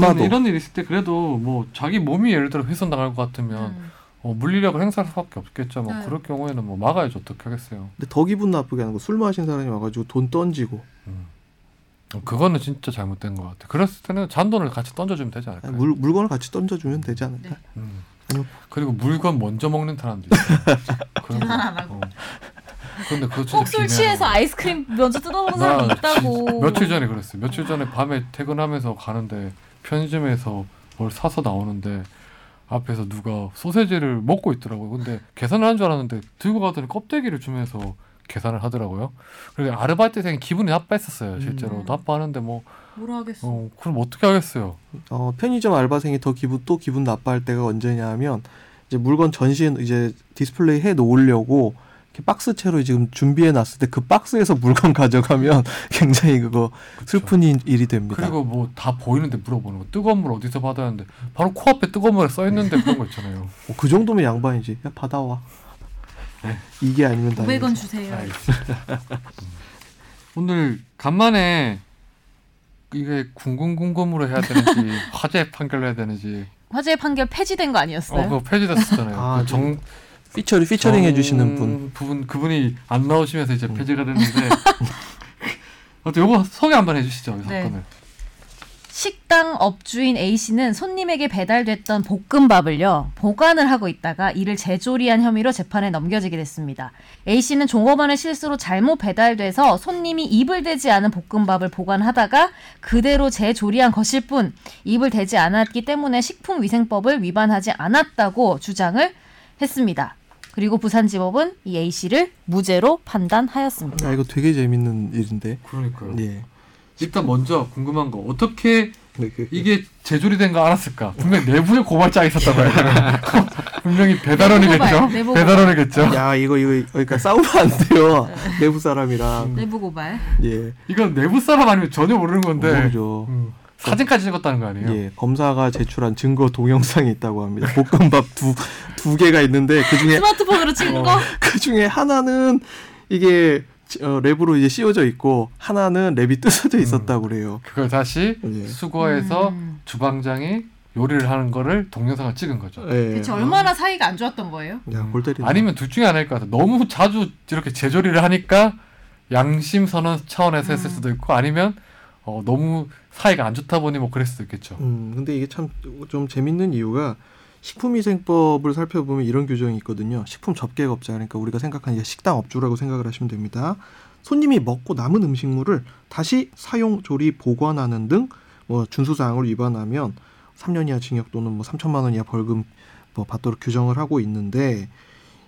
닮아도.
이런 일 있을 때 그래도 뭐 자기 몸이 예를 들어 훼손 당할 것 같으면
음.
어, 물리력을 행사할 수밖에 없겠죠. 뭐
네.
그럴 경우에는 뭐 막아야지 어떻게 하겠어요.
근데 더 기분 나쁘게 하는 거 술 마신 사람이 와가지고 돈 던지고
어, 그거는 진짜 잘못된 것 같아. 그랬을 때는 잔돈을 같이 던져주면 되지
아니,
않을까요?
물, 물건을 같이 던져주면 되지 않을까?
음.
아니요.
그리고 물건 먼저 먹는 사람도
[LAUGHS]
있어. 그런 거. 어. 근데 그거 진짜
꼭술 아, 취해서
비매하네.
아이스크림 먼저 뜯어먹는
나
사람이
진짜
있다고.
아, 며칠 전에 그랬어요. 며칠 전에 밤에 퇴근하면서 가는데 편의점에서 뭘 사서 나오는데 앞에서 누가 소세지를 먹고 있더라고요. 근데 계산을 한 줄 알았는데 들고 가더니 껍데기를 주면서 계산을 하더라고요. 그래서 아르바이트생이 기분이 나빠했었어요. 실제로
음.
나빠하는데 뭐
뭐라 하겠어.
어, 그럼 어떻게 하겠어요?
어, 편의점 알바생이 더 기분 또 기분 나빠할 때가 언제냐 하면 이제 물건 전시에 이제 디스플레이 해 놓으려고 이렇게 박스 채로 지금 준비해 놨을 때 그 박스에서 물건 [LAUGHS] 가져가면 굉장히 그거 슬픈 일- 일이 됩니다.
그리고 뭐 다 보이는데 물어보는 거 뜨거운 물 어디서 받아야 하는데 바로 코앞에 뜨거운 물에 써 있는데 그런 거 있잖아요.
어, 그 정도면 양반이지. 야 받아와. 네, 이게 아니면 다.
500원 주세요.
오늘 간만에 이게 궁금궁금으로
[LAUGHS]
해야 되는지 화제 판결로 해야 되는지
화재 판결 폐지된 거
어
아니었어요?
그거 폐지됐었잖아요.
아,
그 정,
피처리 피처링 해주시는 분. 음.
정 부분 그분이 안 나오시면서 이제 폐지가
[LAUGHS]
됐는데 아무튼 요거 소개 한번 해주시죠 이
네.
사건을.
식당 업주인 A 씨는 손님에게 배달됐던 볶음밥을요 보관을 하고 있다가 이를 재조리한 혐의로 재판에 넘겨지게 됐습니다. A 씨는 종업원의 실수로 잘못 배달돼서 손님이 입을 대지 않은 볶음밥을 보관하다가 그대로 재조리한 것일 뿐 입을 대지 않았기 때문에 식품위생법을 위반하지 않았다고 주장을 했습니다. 그리고 부산지법은 이 A 씨를 무죄로 판단하였습니다.
야 이거 되게 재밌는 일인데.
네. 그러니까요.
예.
일단 먼저 궁금한 거 어떻게
그,
이게 제조리 된 거 알았을까?
[LAUGHS]
분명 내부에 고발장이 있었다고 해요. 분명히 배달원이겠죠?
내부 고발, 네. 내부
배달원이겠죠?
그, 야 이거 이거 그러니까 싸우면 안 돼요 [LAUGHS] 내부 사람이랑
음.
내부 고발.
예
이건 내부 사람 아니면 전혀 모르는 건데
어, 모르죠
음, 사진까지 찍었다는 거 아니에요?
예 검사가 제출한 증거 동영상이 있다고 합니다 볶음밥 두 두 개가 있는데 그 중에
스마트폰으로 찍은 거?
그 중에 하나는 이게 어, 랩으로 이제 씌워져 있고 하나는 랩이 뜯어져 있었다고 그래요
그걸 다시
예.
수거해서
음.
주방장이 요리를 하는 거를 동영상을 찍은 거죠.
예.
음. 대체
네.
얼마나 사이가 안 좋았던 거예요?
야골 때리네
아니면 둘 중에 하나일 것 같아요. 너무 자주 이렇게 제조리를 하니까 양심 선언 차원에서 했을
음.
수도 있고 아니면 어, 너무 사이가 안 좋다 보니 뭐 그랬을 수도 있겠죠.
음, 근데 이게 참 좀 재밌는 이유가 식품위생법을 살펴보면 이런 규정이 있거든요. 식품 접객업자 그러니까 우리가 생각하는 이제 식당 업주라고 생각을 하시면 됩니다. 손님이 먹고 남은 음식물을 다시 사용, 조리, 보관하는 등 뭐 준수사항을 위반하면 3년 이하 징역 또는 뭐 3천만 원 이하 벌금 뭐 받도록 규정을 하고 있는데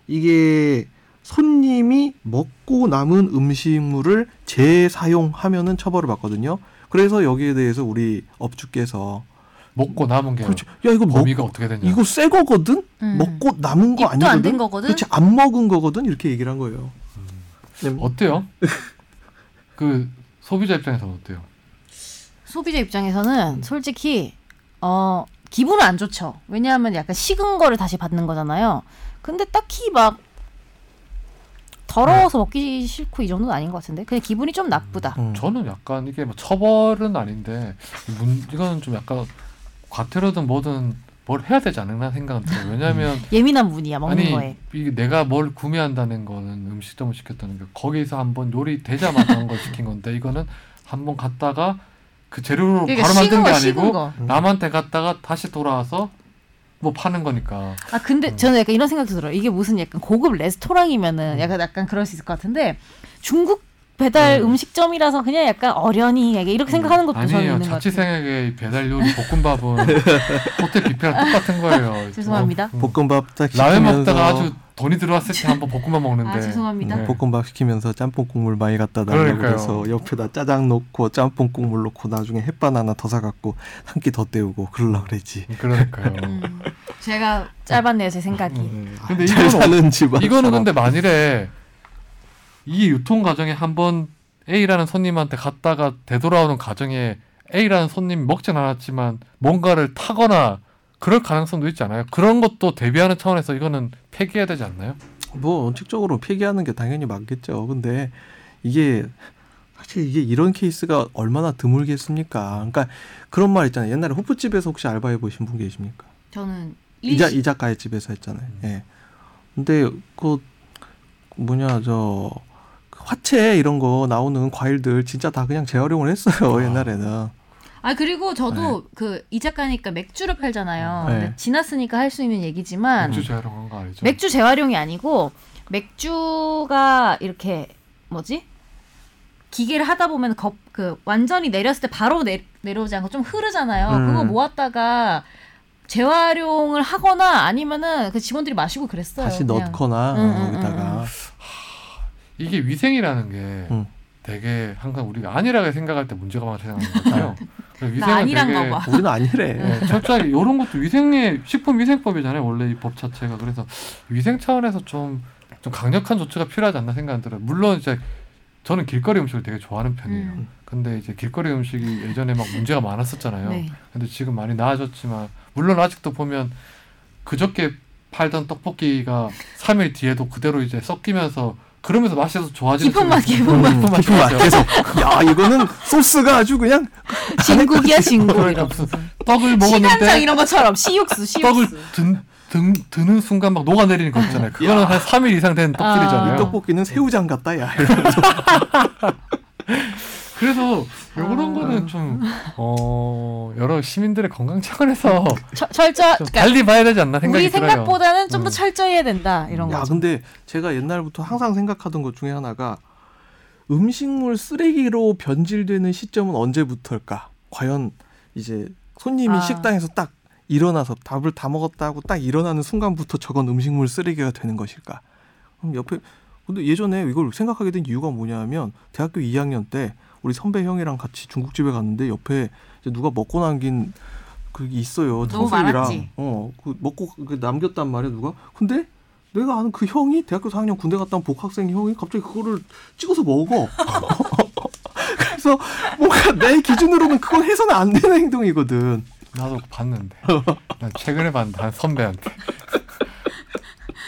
이게 손님이 먹고 남은 음식물을 재사용하면은 처벌을 받거든요. 그래서 여기에 대해서 우리 업주께서
먹고 남은 게
그렇지. 야 이거 그렇죠. 먹
범위가 어떻게 되냐?
이거 새 거거든.
음.
먹고 남은 거
입도
아니거든.
안 된 거거든.
그렇지 안 먹은 거거든. 이렇게 얘기를 한 거예요. 네,
어때요? [LAUGHS] 그 소비자 입장에서는 어때요?
소비자 입장에서는 솔직히 어 기분은 안 좋죠. 왜냐하면 약간 식은 거를 다시 받는 거잖아요. 근데 딱히 막 더러워서
네.
먹기 싫고 이 정도는 아닌 것 같은데 그냥 기분이 좀 나쁘다.
음.
아, 저는 약간 이게 뭐 처벌은 아닌데 문, 이건 좀 약간 과태료든 뭐든 뭘 해야 되지 않나 생각은 들어요. 왜냐하면
예민한 분이야 먹는
아니
거에.
이게 내가 뭘 구매한다는 거는 음식점을 시켰다는 게 거기서 한번 요리 되자마자 한 걸 시킨 건데 이거는 한번 갔다가 그 재료로
그러니까
바로
식은
만든 게
거, 식은
아니고
거.
남한테 갔다가 다시 돌아와서 뭐 파는 거니까
아 근데
음.
저는 약간 이런 생각도 들어요. 이게 무슨 약간 고급 레스토랑이면은
음.
약간 약간 그럴 수 있을 것 같은데 중국 배달
음.
음. 식점이라서 그냥 약간 어련히 약간 이렇게 생각하는 것도 저는
아니에요
있는 것 같아요.
자취생에게 이 배달 요리
[LAUGHS]
볶음밥은 호텔 뷔페랑 똑같은 거예요.
죄송합니다.
음.
볶음밥 딱
라면
시키면서
먹다가 아주 돈이 들어왔을 때 한번 볶음밥 먹는데
아 죄송합니다.
네.
볶음밥 시키면서 짬뽕 국물 많이 갖다 달라고
그러니까요.
그래서 옆에다 짜장 넣고 짬뽕 국물 넣고 나중에 햇반 하나 더 사갖고 한 끼 더 때우고 그러려고 그랬지.
그러니까요.
음. 제가
짧았네요 제 생각이.
음. 근데
근데 아, 잘
이거는
사는 집안
이거는
사람.
근데 만일에 이 유통 과정에 한번 A라는 손님한테 갔다가 되돌아오는 과정에 A라는 손님이 먹진 않았지만 뭔가를 타거나 그럴 가능성도 있지 않아요? 그런 것도 대비하는 차원에서 이거는 폐기해야 되지 않나요?
뭐 원칙적으로 폐기하는 게 당연히 맞겠죠. 근데 이게 사실 이게 이런 케이스가 얼마나 드물겠습니까? 그러니까 그런 말 있잖아요. 옛날에 호프집에서 혹시 알바해 보신 분 계십니까?
저는
이자
일시
이 작가의 집에서 했잖아요.
음.
예. 근데 그 뭐냐 저그 화채 이런 거 나오는 과일들 진짜 다 그냥 재활용을 했어요.
아.
옛날에는.
아 그리고
네.
저도 그 이 작가니까 맥주를 팔잖아요.
네.
근데
지났으니까 할 수 있는 얘기지만
맥주 재활용한 거 아니죠?
맥주 재활용이 아니고 맥주가 이렇게 뭐지 기계를 하다 보면 겁 그 완전히 내렸을 때 바로 내, 내려오지 않고 좀 흐르잖아요.
음.
그거 모았다가 재활용을 하거나 아니면은 그 직원들이 마시고 그랬어요.
다시
그냥.
넣거나
음, 음,
여기다가
이게 위생이라는 게
음.
되게 항상 우리가 아니라고 생각할 때 문제가 많다 생각하거든요.
나 아니란가 봐.
우리는 아니래.
음.
예, 철저하게 이런 것도 위생의 식품 위생법이잖아요. 원래 이 법 자체가 그래서 위생 차원에서 좀, 좀 강력한 조치가 필요하지 않나 생각이 들어요. 물론 이제 저는 길거리 음식을 되게 좋아하는 편이에요.
음.
근데 이제 길거리 음식이 예전에 막 문제가 많았었잖아요. [LAUGHS]
네.
근데 지금 많이 나아졌지만 물론 아직도 보면 그저께 팔던 떡볶이가 3일 뒤에도 그대로 이제 섞이면서 그러면서 맛이 계속 좋아지는
깊은 맛,
소리가
깊은
있어요.
맛.
음, 깊은 맛 계속. 야 이거는 소스가 아주 그냥
진국이야 진국
그러니까
이런
무슨 떡을 먹었는데
시간상 이런 것처럼
[LAUGHS]
시육수 시육수
떡을 든, 든, 드는 순간 막 녹아내리는 거 있잖아요. 그거는 한 3일 이상 된
이
아.
떡질이잖아요.
떡볶이는 새우장 같다 야.
그래서
아.
이런 거는 좀 어, 여러 시민들의 건강 차원에서
철- 철저
좀
그러니까
달리 봐야 되지 않나 생각이
우리
들어요.
생각보다는 좀
음.
더 철저해야 히 된다 이런
야,
거죠.
근데 제가 옛날부터 항상 생각하던 것 중에 하나가 음식물 쓰레기로 변질되는 시점은 언제부터일까? 과연 이제 손님이
아.
식당에서 딱 일어나서 밥을 다 먹었다고 딱 일어나는 순간부터 저건 음식물 쓰레기가 되는 것일까? 그럼 옆에 근데 예전에 이걸 생각하게 된 이유가 뭐냐면 대학교 2학년 때 우리 선배 형이랑 같이 중국집에 갔는데 옆에 이제 누가 먹고 남긴 그게 있어요.
너무
탕수육이랑
많았지.
어그 먹고 그 남겼단 말이야 누가. 근데 내가 아는 그 형이 대학교 4학년 군대 갔다 온 복학생 형이 갑자기 그거를 찍어서 먹어. [LAUGHS] 그래서 뭔가 내 기준으로는 그건 해서는 안 되는 행동이거든.
나도 봤는데. 난 최근에 봤는데 한 선배한테.
[LAUGHS]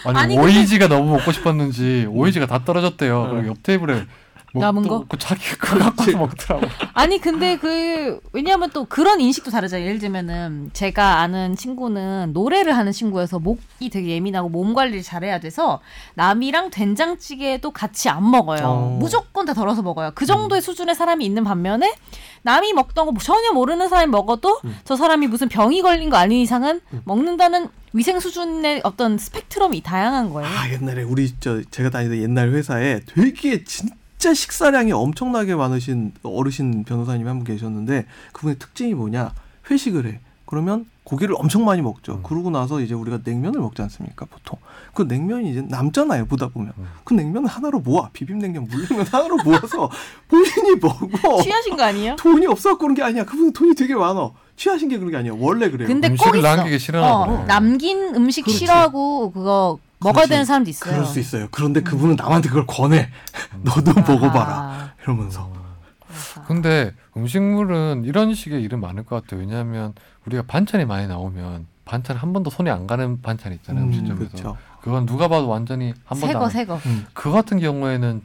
아니,
아니, 근데-
오이지가 너무 먹고 싶었는지 오이지가 다 떨어졌대요. 그리고 옆 테이블에 먹-
남은
또
거?
먹고 자기 그거 갖고 서 먹더라고.
아니 근데 그 왜냐하면 또 그런 인식도 다르잖아요. 예를 들면은 제가 아는 친구는 노래를 하는 친구여서 목이 되게 예민하고 몸 관리를 잘해야 돼서 남이랑 된장찌개도 같이 안 먹어요.
어. 음.
무조건 다 덜어서 먹어요. 그 정도의 수준의 사람이 있는 반면에 남이 먹던 거뭐 전혀 모르는 사람이 먹어도
음.
저 사람이 무슨 병이 걸린 거 아닌 이상은
음.
먹는다는 위생 수준의 어떤 스펙트럼이 다양한 거예요.
아 옛날에 우리 저 제가 다니던 옛날 회사에 되게 진짜 식사량이 엄청나게 많으신 어르신 변호사님이 한 분 계셨는데 그분의 특징이 뭐냐 회식을 해 그러면 고기를 엄청 많이 먹죠
음.
그러고 나서 이제 우리가 냉면을 먹지 않습니까 보통 그 냉면이 이제 남잖아요 보다 보면
음.
그 냉면을 하나로 모아 비빔냉면 물냉면 하나로
[LAUGHS]
모아서 본인이 먹어
취하신 거 아니에요?
돈이 없어서 그런 게 아니야 그분은 돈이 되게 많아 취하신 게 그런 게 아니야 원래 그래요
근데 꼭
음식을
있어.
남기기 싫어하나
어,
보네.
남긴 음식
그렇지.
싫어하고 그거 먹어야
그렇지.
되는 사람도 있어요. 음.
그럴 수 있어요 그런데 그분은 남한테 그걸 권해 너도 먹어봐라
아하,
이러면서
그렇구나.
근데 음식물은 이런 식의 일은 많을 것 같아요. 왜냐하면 우리가 반찬이 많이 나오면 반찬 한 번도 손에 안 가는 반찬 있잖아요. 음식점에서.
그렇죠.
그건 누가 봐도 완전히 한 번도
새거
안
새거.
그 같은 경우에는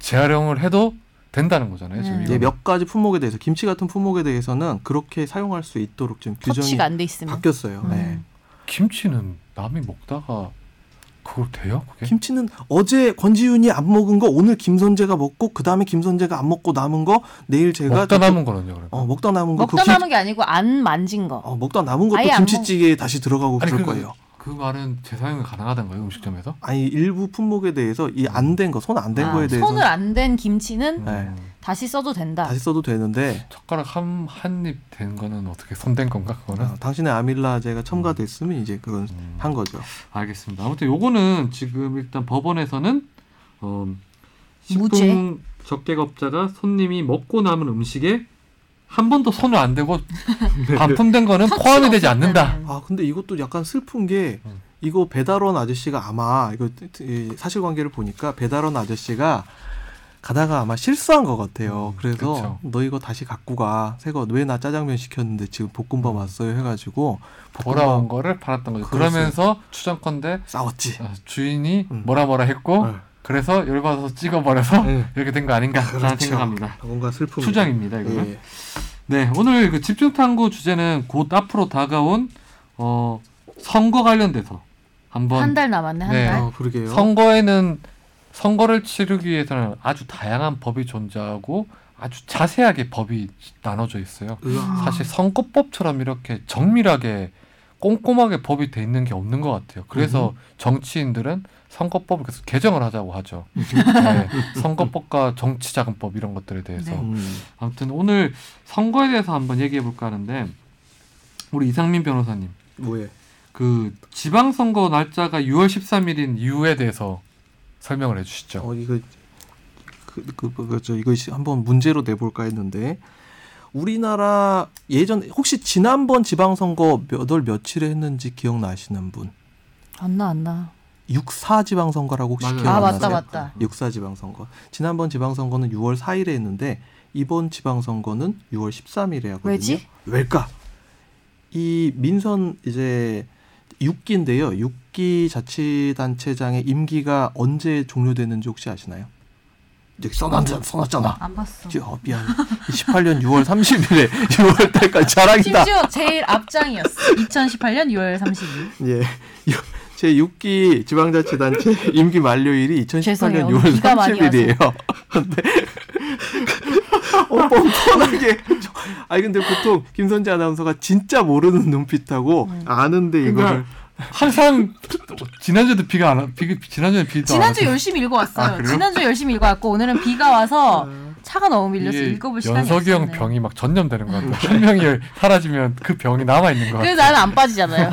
재활용을 해도 된다는 거잖아요. 지금
음.
이거는.
이제 몇 가지 품목에 대해서 김치 같은 품목에 대해서는 그렇게 사용할 수 있도록 지금 규정이
터치가 안 돼 있으면.
바뀌었어요.
음.
네.
김치는 남이 먹다가 그걸 돼요? 그게?
김치는 어제 권지윤이 안 먹은 거 오늘 김선재가 먹고 그 다음에 김선재가 안 먹고 남은 거 내일 제가
먹다
저쪽-
남은 거는요, 그러면?
어 먹다 남은 거
먹다
그 김-
남은 게 아니고 안 만진 거.
어, 먹다 남은 것도
아예 안
김치찌개에 다시 들어가고
아니,
그럴
그거-
거예요.
그 말은 재사용이 가능하다는 거예요, 음식점에서?
아니 일부 품목에 대해서
음.
이 안 된 거 손 안 된
아,
거에 대해서
손을 안 댄 김치는
네.
음.
다시 써도 된다.
다시 써도 되는데
젓가락 한 한 입 된 거는 어떻게 손댄 건가 그거는?
어, 당신의 아밀라제가 첨가됐으면 이제 그건
음.
한 거죠.
알겠습니다. 아무튼 요거는 지금 일단 법원에서는 어,
무죄?
식품 적객업자가 손님이 먹고 남은 음식에
한 번도 손을 안
[LAUGHS]
대고
네.
반품된 거는 포함이 되지
네,
않는다.
아 근데 이것도 약간 슬픈 게
음.
이거 배달원 아저씨가 아마 이거 이 사실관계를 보니까 배달원 아저씨가 가다가 아마 실수한 것 같아요.
음,
그래서
그쵸.
너 이거 다시 갖고 가. 새거 왜 나 짜장면 시켰는데 지금 볶음밥 왔어요 해가지고
돌아온 거를 팔았던 거죠.
그럴 수
그러면서 추정컨대
싸웠지.
아, 주인이
음.
뭐라 뭐라
어?
했고
네.
그래서 열받아서 찍어버려서
네.
이렇게 된 거 아닌가
그렇죠. 생각합니다.
뭔가 슬픔.
추정입니다. 이거는.
예.
네, 오늘 그 집중 탐구 주제는 곧 앞으로 다가온 어, 선거 관련돼서
한
한번
달 남았네 한
네.
달.
어, 그러게요.
선거에는 선거를 치르기 위해서는 아주 다양한 법이 존재하고 아주 자세하게 법이 나눠져 있어요.
으아.
사실 선거법처럼 이렇게 정밀하게 꼼꼼하게 법이 돼 있는 게 없는 것 같아요. 그래서 정치인들은 선거법을 계속 개정을 하자고 하죠. 네, 선거법과 정치자금법 이런 것들에 대해서
네.
음.
아무튼 오늘 선거에 대해서 한번 얘기해 볼까 하는데 우리 이상민 변호사님
뭐예?
그 지방 선거 날짜가 6월 13일인
이유에 대해서 설명을 해주시죠.
어 이거 그그저 그렇죠. 이거 한번 문제로 내볼까 했는데 우리나라 예전 혹시 지난번 지방선거 몇 월 며칠에 했는지 기억나시는 분?
안 나 안 나.
64 지방선거라고 혹시
맞아요.
아
기억나세요?
맞다 맞다.
64 지방선거. 지난번 지방선거는 6월 4일에 했는데 이번 지방선거는 6월 13일에 하거든요.
왜지?
왜일까? 이 민선 이제 6기인데요. 6기 자치단체장의 임기가 언제 종료되는지 혹시 아시나요? 여기 써놨, 써놨잖아.
안 봤어.
어, 미안. 18년 6월 30일에 [LAUGHS] 6월 달까지 자랑이다.
심지어 [LAUGHS] 제일 앞장이었어. 2018년 6월 30일.
예. 요- 제 6기 지방자치단체 [LAUGHS] 임기 만료일이 2018년
죄송해요.
6월
비가 많이
30일이에요. [LAUGHS] 근데 어, 뻔뻔하게. 저- 아니 근데 보통 김선재 아나운서가 진짜 모르는 눈빛하고
음.
아는데 이거를
그러니까 항상 지난주도 비가 안 와- 비, 지난주에 비도
지난주
안 왔어요.
열심히 읽어 왔어요.
아, 그래요?
지난주 열심히 읽어 왔고 오늘은 비가 와서
네.
차가 너무 밀려서
이게
읽어볼 시간이 없었네.
예, 연석이 형 병이 막 전염되는 것
음.
같아요. 한 명이 사라지면 그 병이 남아 있는 것 같아요.
그래서 나는 안 빠지잖아요.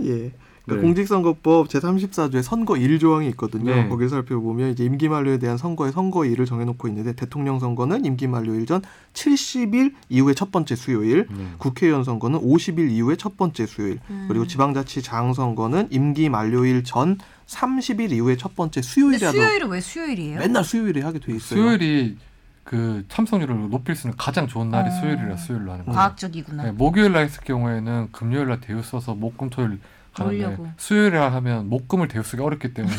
예. 그러니까 공직선거법 제34조에 선거 일 조항이 있거든요.
네.
거기를 살펴보면 이제 임기 만료에 대한 선거의 선거일을 정해놓고 있는데 대통령 선거는 임기 만료일 전 70일 이후의 첫 번째 수요일,
네.
국회의원 선거는 50일 이후의 첫 번째 수요일,
음.
그리고 지방자치장 선거는 임기 만료일 전 30일 이후의 첫 번째
근데
[LAUGHS] 수요일에 하도록
수요일은 왜 수요일이에요?
맨날 수요일에 하게 돼 있어요.
수요일이 그 참석률을 높일 수 있는 가장 좋은 날이
어.
수요일이라 수요일로 하는 거예요.
과학적이구나.
네, 목요일 날 했을 경우에는 금요일 날 대우 써서 목금 토일
놀려고.
가는데 수요일 날 하면 목금을 대우 쓰기 어렵기
[LAUGHS]
때문에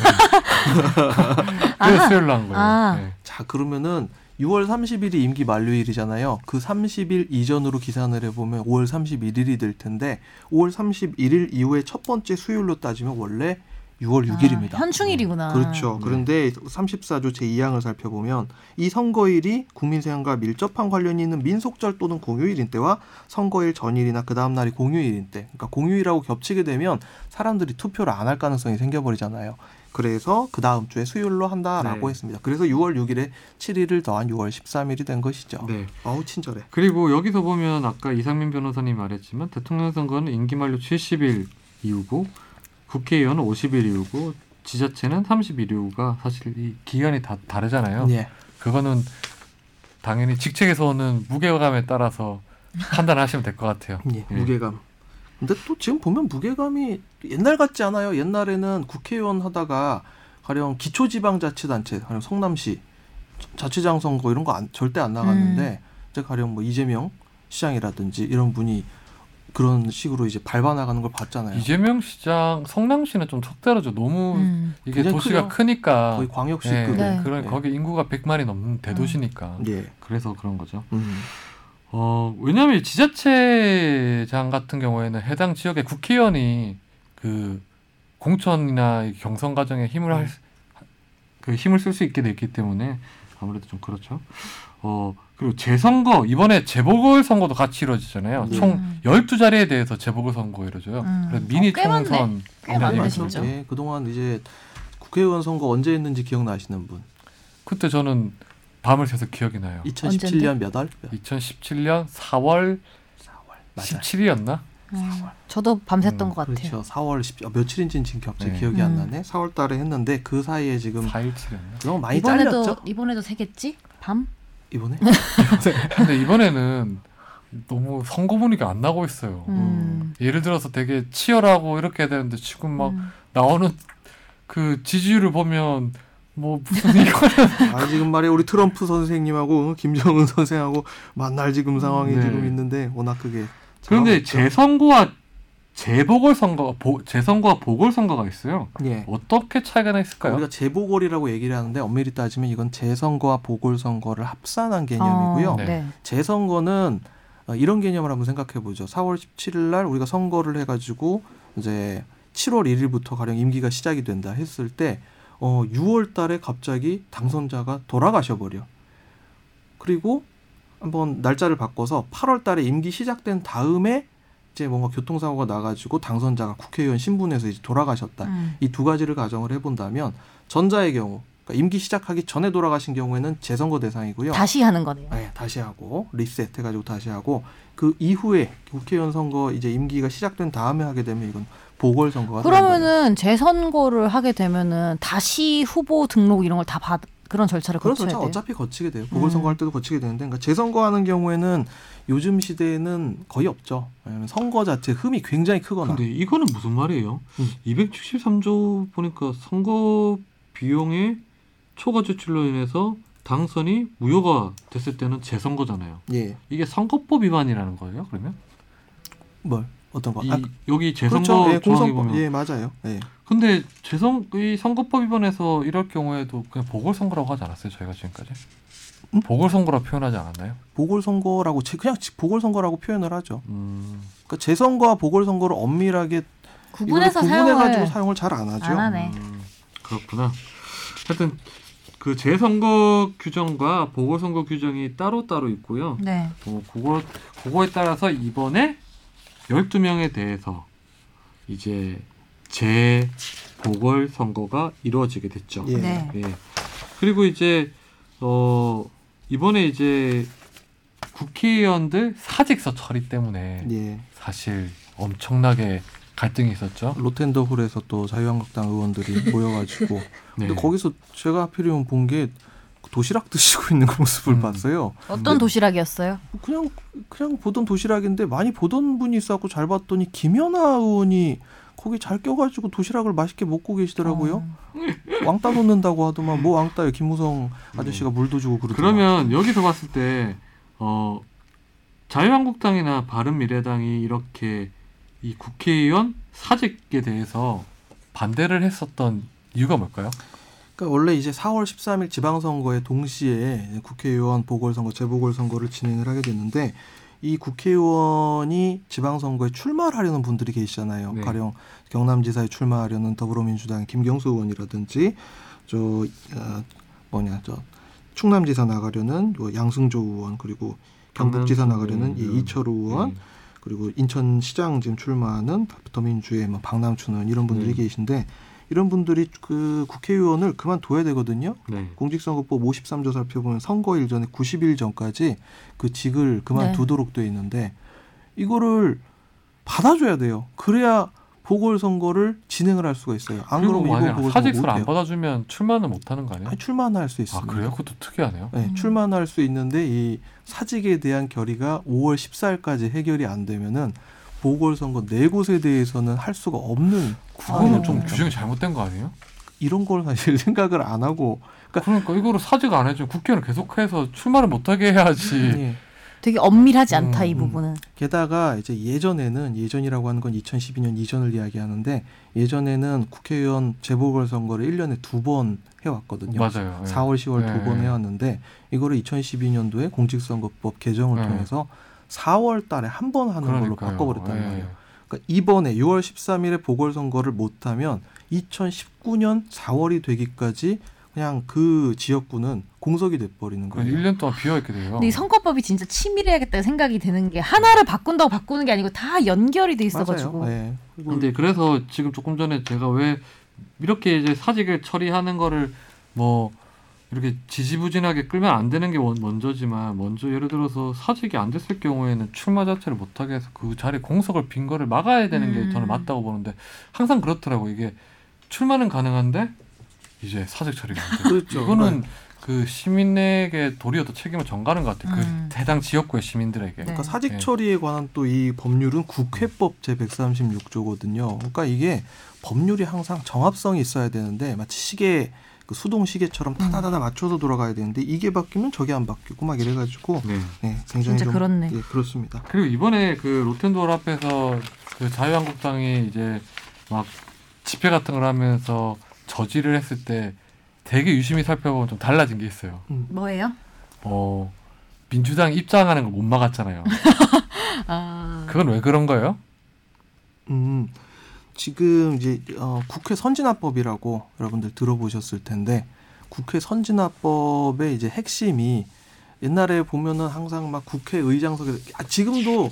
그래서 수요일 날한 거예요.
아.
네.
자 그러면은 6월 30일이 임기 만료일이잖아요. 그 30일 이전으로 기산을 해보면 5월 31일이 될 텐데 5월 31일 이후에 첫 번째 수요일로 따지면 원래 6월 6일입니다.
아, 현충일이구나.
그렇죠.
네.
그런데 34조 제2항을 살펴보면 이 선거일이 국민생활과 밀접한 관련이 있는 민속절 또는 공휴일인 때와 선거일 전일이나 그 다음 날이 공휴일인 때, 그러니까 공휴일하고 겹치게 되면 사람들이 투표를 안 할 가능성이 생겨버리잖아요. 그래서 그 다음 주에 수요일로 한다라고
네.
했습니다. 그래서 6월 6일에 7일을 더한 6월 13일이 된 것이죠.
네.
아우 친절해.
그리고 여기서 보면 아까 이상민 변호사님 말했지만 대통령 선거는 임기 만료 70일 이후고 국회의원은 50일 이후고 지자체는 30일 이후가 사실 이
이 기간이 다
네.
다르잖아요.
예.
그거는 당연히 직책에서 오는 무게감에
[LAUGHS]
따라서 판단하시면 될 것 같아요.
예, 무게감. 근데 또 지금 보면 무게감이 옛날 같지 않아요. 옛날에는 국회의원 하다가 가령 기초지방자치단체, 가령 성남시 자치장 선거 이런 거 안- 절대 안 나갔는데 이제 가령 뭐 이재명 시장이라든지 이런 분이 그런 식으로 이제 밟아 나가는 걸 봤잖아요.
이재명 시장, 성남시는 좀 적대로죠. 너무
음.
이게
굉장히
도시가
크죠.
크니까
거의 광역시급.
네.
그러 거기 인구가 100만이
음.
넘는 대도시니까.
예.
그래서 그런 거죠.
음.
어, 왜냐면 지자체장 같은 경우에는 해당 지역의 국회의원이 그 공천이나 이 경선 과정에 힘을
네.
할, 수- 그 힘을 쓸 수 있게 됐기 때문에 아무래도 좀 그렇죠. 어, 그리고 재선거, 이번에 재보궐선거도 같이 이루어지잖아요.
네.
총
음.
12자리에 대해서 재보궐선거 이루어져요.
음.
그래서 미니
어, 꽤 많네.
총선.
꽤 많네,
이런
진짜.
얘기죠.
예, 그동안 이제 국회의원 선거 언제 했는지 기억나시는 분?
그때 저는 밤을 새서 기억이 나요.
2017년 몇 월?
2017년 4월
4월.
17일이었나?
저도 밤샜던
음,
것 같아요.
그렇죠. 4월 10일 아, 며칠인지는 지금 갑자기
네.
기억이 안
음.
나네. 4월 달에 했는데 그 사이에 지금
4일치였나?
너무 많이
이번에도
잘렸죠?
이번에도 세겠지? 밤? [LAUGHS]
이번에?
근데 이번에는 너무 선거 분위기가 안 나고 있어요.
음.
예를 들어서 되게 치열하고 이렇게 해야 되는데 지금 막
음.
나오는 그 지지율을 보면 뭐 무슨 [LAUGHS] 이거는
아 지금 말이야 우리 트럼프 선생님하고 어, 김정은 [LAUGHS] 선생하고 만날 지금 상황이
네.
지금 있는데 워낙 그게
그런데
잘하고 있죠.
재선거와 재보궐선거, 보, 재선거와 보궐선거가 있어요.
예.
어떻게 차이가 나 있을까요?
우리가 재보궐이라고 얘기를 하는데 엄밀히 따지면 이건 재선거와 보궐선거를 합산한 개념이고요.
어,
네.
네.
재선거는 어, 이런 개념을 한번 생각해 보죠. 4월 17일 날 우리가 선거를 해가지고 이제 7월 1일부터 가령 임기가 시작이 된다 했을 때 어, 6월 달에 갑자기 당선자가 돌아가셔 버려. 그리고 한번 날짜를 바꿔서 8월 달에 임기 시작된 다음에 이제 뭔가 교통사고가 나가지고 당선자가 국회의원 신분에서 이제 돌아가셨다.
음.
이 두 가지를 가정을 해본다면 전자의 경우 그러니까 임기 시작하기 전에 돌아가신 경우에는 재선거 대상이고요.
음. 다시 하는 거네요.
네, 다시 하고 리셋 해가지고 다시 하고 그 이후에 국회의원 선거 이제 임기가 시작된 다음에 하게 되면 이건 보궐선거가 되는 거예요.
그러면은 재선거를 하게 되면은 다시 후보 등록 이런 걸 다 받 그런 절차를
그러니까 그런
거쳐야
절차
돼요.
그렇죠. 어차피 거치게 돼요. 보궐선거 할 때도 거치게 되는데 그러니까 재선거 하는 경우에는 요즘 시대에는 거의 없죠. 왜냐면 선거 자체 흠이 굉장히 크거나
근데 이거는 무슨 말이에요?
음.
273조 보니까 선거 비용의 초과 지출로 인해서 당선이 무효가 됐을 때는 재선거잖아요.
예,
이게 선거법 위반이라는 거예요? 그러면
뭘 어떤 거?
이,
아,
여기 재선거
그렇죠.
조항에
예, 공선법.
보면
예, 맞아요. 예.
근데 재선 이 선거법 위반해서 이럴 경우에도 그냥 보궐선거라고 하지 않았어요? 저희가 지금까지
음?
보궐선거라고 표현하지 않았나요?
보궐선거라고 제- 그냥 지- 보궐선거라고 표현을 하죠.
음,
그러니까 재선거와 보궐선거를 엄밀하게
구분해서
구분해 가지고
사용을
사용을 잘 안 하죠.
안 하네.
음, 그렇구나. 하여튼 그 재선거 규정과 보궐선거 규정이 따로 따로 있고요.
네.
어, 그거 그거에 따라서 이번에 12명에 대해서 이제 재보궐 선거가 이루어지게 됐죠.
예.
네.
예. 그리고 이제 어 이번에 이제 국회의원들 사직서 처리 때문에
예.
사실 엄청나게 갈등이 있었죠.
로텐더홀에서 또 자유한국당 의원들이 모여가지고
네.
근데
네.
거기서 제가 하필이면 본 게 도시락 드시고 있는 그 모습을
음.
봤어요. 뭐
어떤 도시락이었어요?
그냥 그냥 보던 도시락인데 많이 보던 분이 있었고 잘 봤더니 김연아 의원이 거기 잘 껴가지고 도시락을 맛있게 먹고 계시더라고요.
어.
왕따 놓는다고 하더만 뭐 왕따예요. 김무성 아저씨가 물도 주고 그러더라고요.
그러면 여기서 봤을 때 어, 자유한국당이나 바른미래당이 이렇게 이 국회의원 사직에 대해서
반대를 했었던 이유가 뭘까요?
그러니까 원래 이제 4월 13일 지방선거에 동시에 이제 국회의원 보궐선거, 재보궐선거를 진행을 하게 됐는데 이 국회의원이 지방선거에 출마를 하려는 분들이 계시잖아요.
네.
가령 경남지사에 출마하려는 더불어민주당 김경수 의원이라든지 저 어, 뭐냐 저 충남지사 나가려는 요 양승조 의원 그리고 경북지사 나가려는 이
의원.
이철우 의원 그리고 인천시장 지금 출마하는 더민주의 뭐 박남춘 의원 이런 분들이
음.
네.
계신데 이런 분들이 그 국회의원을 그만둬야 되거든요.
네.
공직선거법 53조 살펴보면 선거일 전에 90일 전까지 그 직을 그만두도록 돼 있는데 이거를 받아줘야 돼요. 그래야 보궐선거를 진행을 할 수가 있어요. 안
그리고
그러면 이번
만약
보궐선거
사직서를
못
안
해요.
받아주면 출마는 못하는 거 아니에요?
아니, 출마는 할 수
아
있습니다.
그래요? 그것도 특이하네요.
네,
음.
출마할 수 있는데 이 사직에 대한 결의가 5월 14일까지 해결이 안 되면은 보궐선거 네 곳에 대해서는 할 수가 없는
그거는
아,
좀
네.
규정이 잘못된 거 아니에요?
이런 걸 사실 [LAUGHS] 생각을 안 하고
그러니까 이거를 사직 안 해주면 국회의원을 계속해서 출마를 못하게 해야지.
예.
되게 엄밀하지 않다
음,
이
음.
부분은.
게다가 이제 예전에는 예전이라고 하는 건 2012년 이전을 이야기하는데 예전에는 국회의원 재보궐 선거를 1년에 두 번 해왔거든요.
맞아요. 예.
4월, 10월 두 번
네.
해왔는데 이거를 2012년도에 공직선거법 개정을
네.
통해서 4월 달에 한 번 하는 걸로
그러니까요.
바꿔버렸다는
예.
거예요. 그러니까 이번에 6월 13일에 보궐선거를 못하면 2019년 4월이 되기까지 그냥 그 지역구는 공석이 돼버리는
그럼
거예요.
1년 동안 비어있게 돼요.
근데 이 선거법이 진짜 치밀해야겠다는 생각이 드는 게 하나를 바꾼다고 바꾸는 게 아니고 다 연결이 돼 있어가지고.
맞아요. 예. 그리고
근데 그래서 지금 조금 전에 제가 왜 이렇게 이제 사직을 처리하는 거를 뭐 이렇게 지지부진하게 끌면 안 되는 게 원- 먼저지만 먼저 예를 들어서 사직이 안 됐을 경우에는
출마 자체를 못하게 해서 그 자리 공석을 빈 거를 막아야 되는 게
음.
저는 맞다고 보는데 항상 그렇더라고 이게 출마는 가능한데 이제 사직 처리가 안 돼.
그렇죠.
이거는 그 시민에게 도리어 더 책임을 전가하는 것 같아요.
음.
그 해당 지역구의 시민들에게.
네.
그러니까
네.
사직 처리에 관한 또 이 법률은 국회법 제 136조거든요. 그러니까 이게 법률이 항상 정합성이 있어야 되는데 마치 시계 그 수동
음.
시계처럼 타다다다 맞춰서 돌아가야 되는데 이게 바뀌면 저게 안 바뀌고 막 이래가지고 네, 굉장히
진짜
좀
그렇네.
예, 그렇습니다.
그리고 이번에 그 로텐도어 앞에서 그 자유한국당이 이제 막 집회 같은 걸 하면서 저지를 했을 때 되게 유심히 살펴보면 좀 달라진 게 있어요.
뭐예요?
어 민주당 입장하는 걸 못 막았잖아요.
아,
그건 왜 그런 거예요?
음, 지금 이제 어, 국회 선진화법이라고 여러분들 들어보셨을 텐데 국회 선진화법의 이제 핵심이 옛날에 보면은 항상 막 국회의장석에 아, 지금도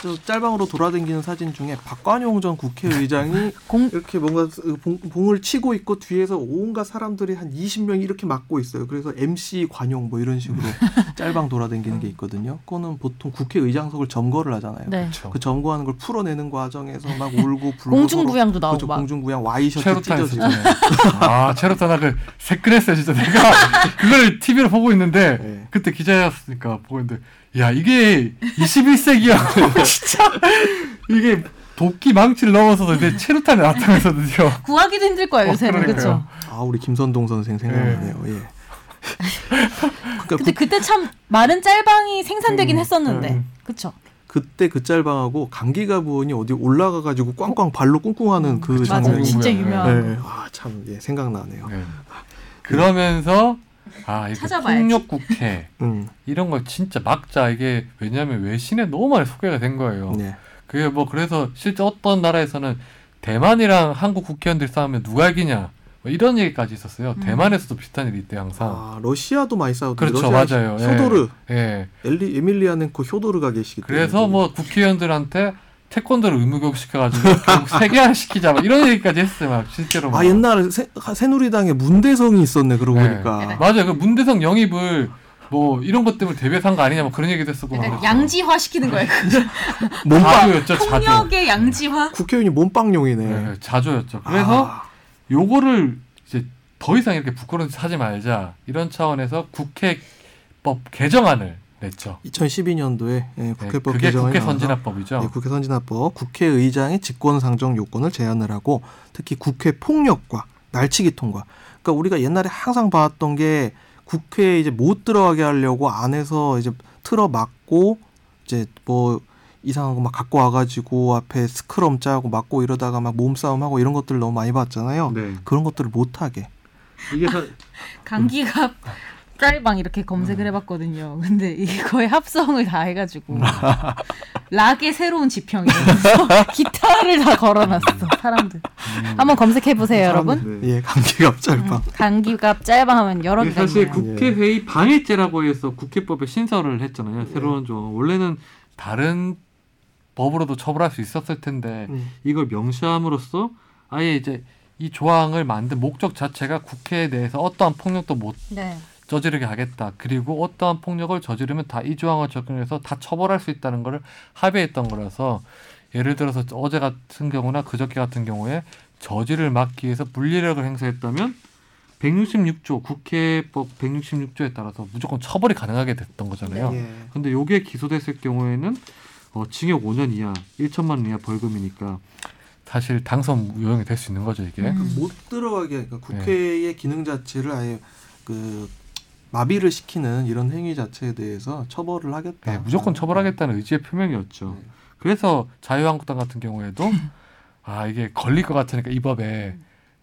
저 짤방으로 돌아다니는 사진 중에 박관용 전 국회의장이
공-
이렇게 뭔가 그 봉, 봉을 치고 있고 뒤에서 온갖 사람들이 한 20명이 이렇게 막고 있어요. 그래서 MC 관용 뭐 이런 식으로 짤방 돌아다니는 게 있거든요. 그거는 보통 국회의장석을 점거를 하잖아요.
네.
그 점거하는 걸 풀어내는 과정에서
[LAUGHS]
막 울고 불고
공중부양도 나오고
그렇죠,
막.
공중부양
체로
와이셔츠
탄했었
찢어지고
잖아요 아, 체로 탄나그 새끈했어요, 진짜. 내가 [LAUGHS] 그걸 TV로 보고 있는데
네.
그때 기자였으니까 보고 있는데 야, 이게 [LAUGHS] 21세기야. 어, 진짜 이게 도끼 망치를 넘어서서 이제 체류탄이 나타나서 드디어
구하기도 힘들 거예요
어,
요새는 그렇죠.
그러니까요.
아 우리 김선동 선생 생각나네요. 예. 그러니까
근데
그,
그때 참 많은 짤방이 생산되긴 했었는데, 그렇죠.
그때 그 짤방하고 감기가 부원이 어디 올라가 가지고 꽝꽝 발로
음,
꿍꿍하는 그
맞아,
장면이
진짜
공부야.
유명한.
예. 아참 예, 생각나네요.
네. 그러면서 아, 이게
찾아봐야지.
폭력 국회
음.
이런 걸 진짜 막자 이게 왜냐하면 외신에 너무 많이 소개가 된 거예요.
네.
그게 뭐 그래서 실제 어떤 나라에서는 대만이랑 한국 국회의원들 싸우면 누가 이기냐 뭐 이런 얘기까지 있었어요. 대만에서도 비슷한 일이 있대 요 항상.
음. 아, 러시아도 많이 싸우던
그렇죠,
러시아
맞아요. 예.
효도르
예.
엘리 에밀리아넨코 효도르가 계시기 때문에
그래서 뭐 국회의원들한테 태권도를 의무교육 시켜가지고 [LAUGHS] 결국 세계화 시키자 막 이런 얘기까지 했어요. 막 실제로. 막.
아 옛날에 새, 새누리당에 문대성이 있었네 그러고
예.
보니까
맞아요. 그 문대성 영입을 뭐 이런 것 때문에 대비해서 한거 아니냐 뭐 그런 얘기도 했었고
네,
막
약간
그랬죠.
양지화 시키는 거예요. 그
몸빵
자주였죠 자주
폭력의 양지화.
국회의원이 몸빵용이네.
네, 자주였죠 그래서
아,
요거를 이제 더 이상 이렇게 부끄러운 짓 하지 말자 이런 차원에서 국회법 개정안을 냈죠
2012년도에 예,
네,
국회법
그게
개정을
국회
나와서
선진화법이죠
예, 국회 선진화법 국회의장의 직권 상정 요건을 제한을 하고 특히 국회 폭력과 날치기 통과. 그러니까 우리가 옛날에 항상 봐왔던 게 국회에 이제 못 들어가게 하려고 안에서 이제 틀어 막고 이제 뭐 이상한 거 막 갖고 와가지고 앞에 스크럼 짜고 막고 이러다가 막 몸싸움하고 이런 것들 너무 많이 봤잖아요.
네.
그런 것들을 못하게.
이게 사-
강기갑 [LAUGHS] 짤방 이렇게 검색을 해봤거든요. 근데 이거의 합성을 다 해가지고 락의 새로운 지평이면서 [LAUGHS] 기타를 다 걸어놨어 사람들.
한번 검색해 보세요,
사람들-
여러분.
네.
예, 감기가 [LAUGHS]
음.
짧아.
감기갑 짧아하면 여러
이게
개
예.
사실
나와요.
국회 회의 방해죄라고 해서 국회법에 신설을
예.
했잖아요. 새로운 조항. 원래는
다른 법으로도 처벌할 수 있었을 텐데
음.
이걸 명시함으로써
아예 이제 이 조항을 만든 목적 자체가 국회에 대해서 어떠한 폭력도 못
네.
저지르게 하겠다. 그리고 어떠한 폭력을 저지르면 다 이 조항을 적용해서 다 처벌할 수 있다는 것을 합의했던 거라서 예를 들어서 어제 같은 경우나 그저께 같은 경우에 저지를 막기 위해서 물리력을 행사했다면 166조 국회법 166조에 따라서 무조건 처벌이 가능하게 됐던 거잖아요.
예.
근데 요게 기소됐을 경우에는 어, 징역 5년 이하, 1천만 원 이하 벌금이니까 사실 당선 요용이 될 수 있는 거죠 이게.
음.
못 들어가게
네.
그러니까 국회의 기능 자체를 아예 그 마비를 시키는 이런 행위 자체에 대해서 처벌을 하겠다.
아.
네, 무조건 처벌하겠다는 의지의 표명이었죠.
네.
그래서 자유한국당 같은 경우에도 아 이게 걸릴 것 같으니까 이 법에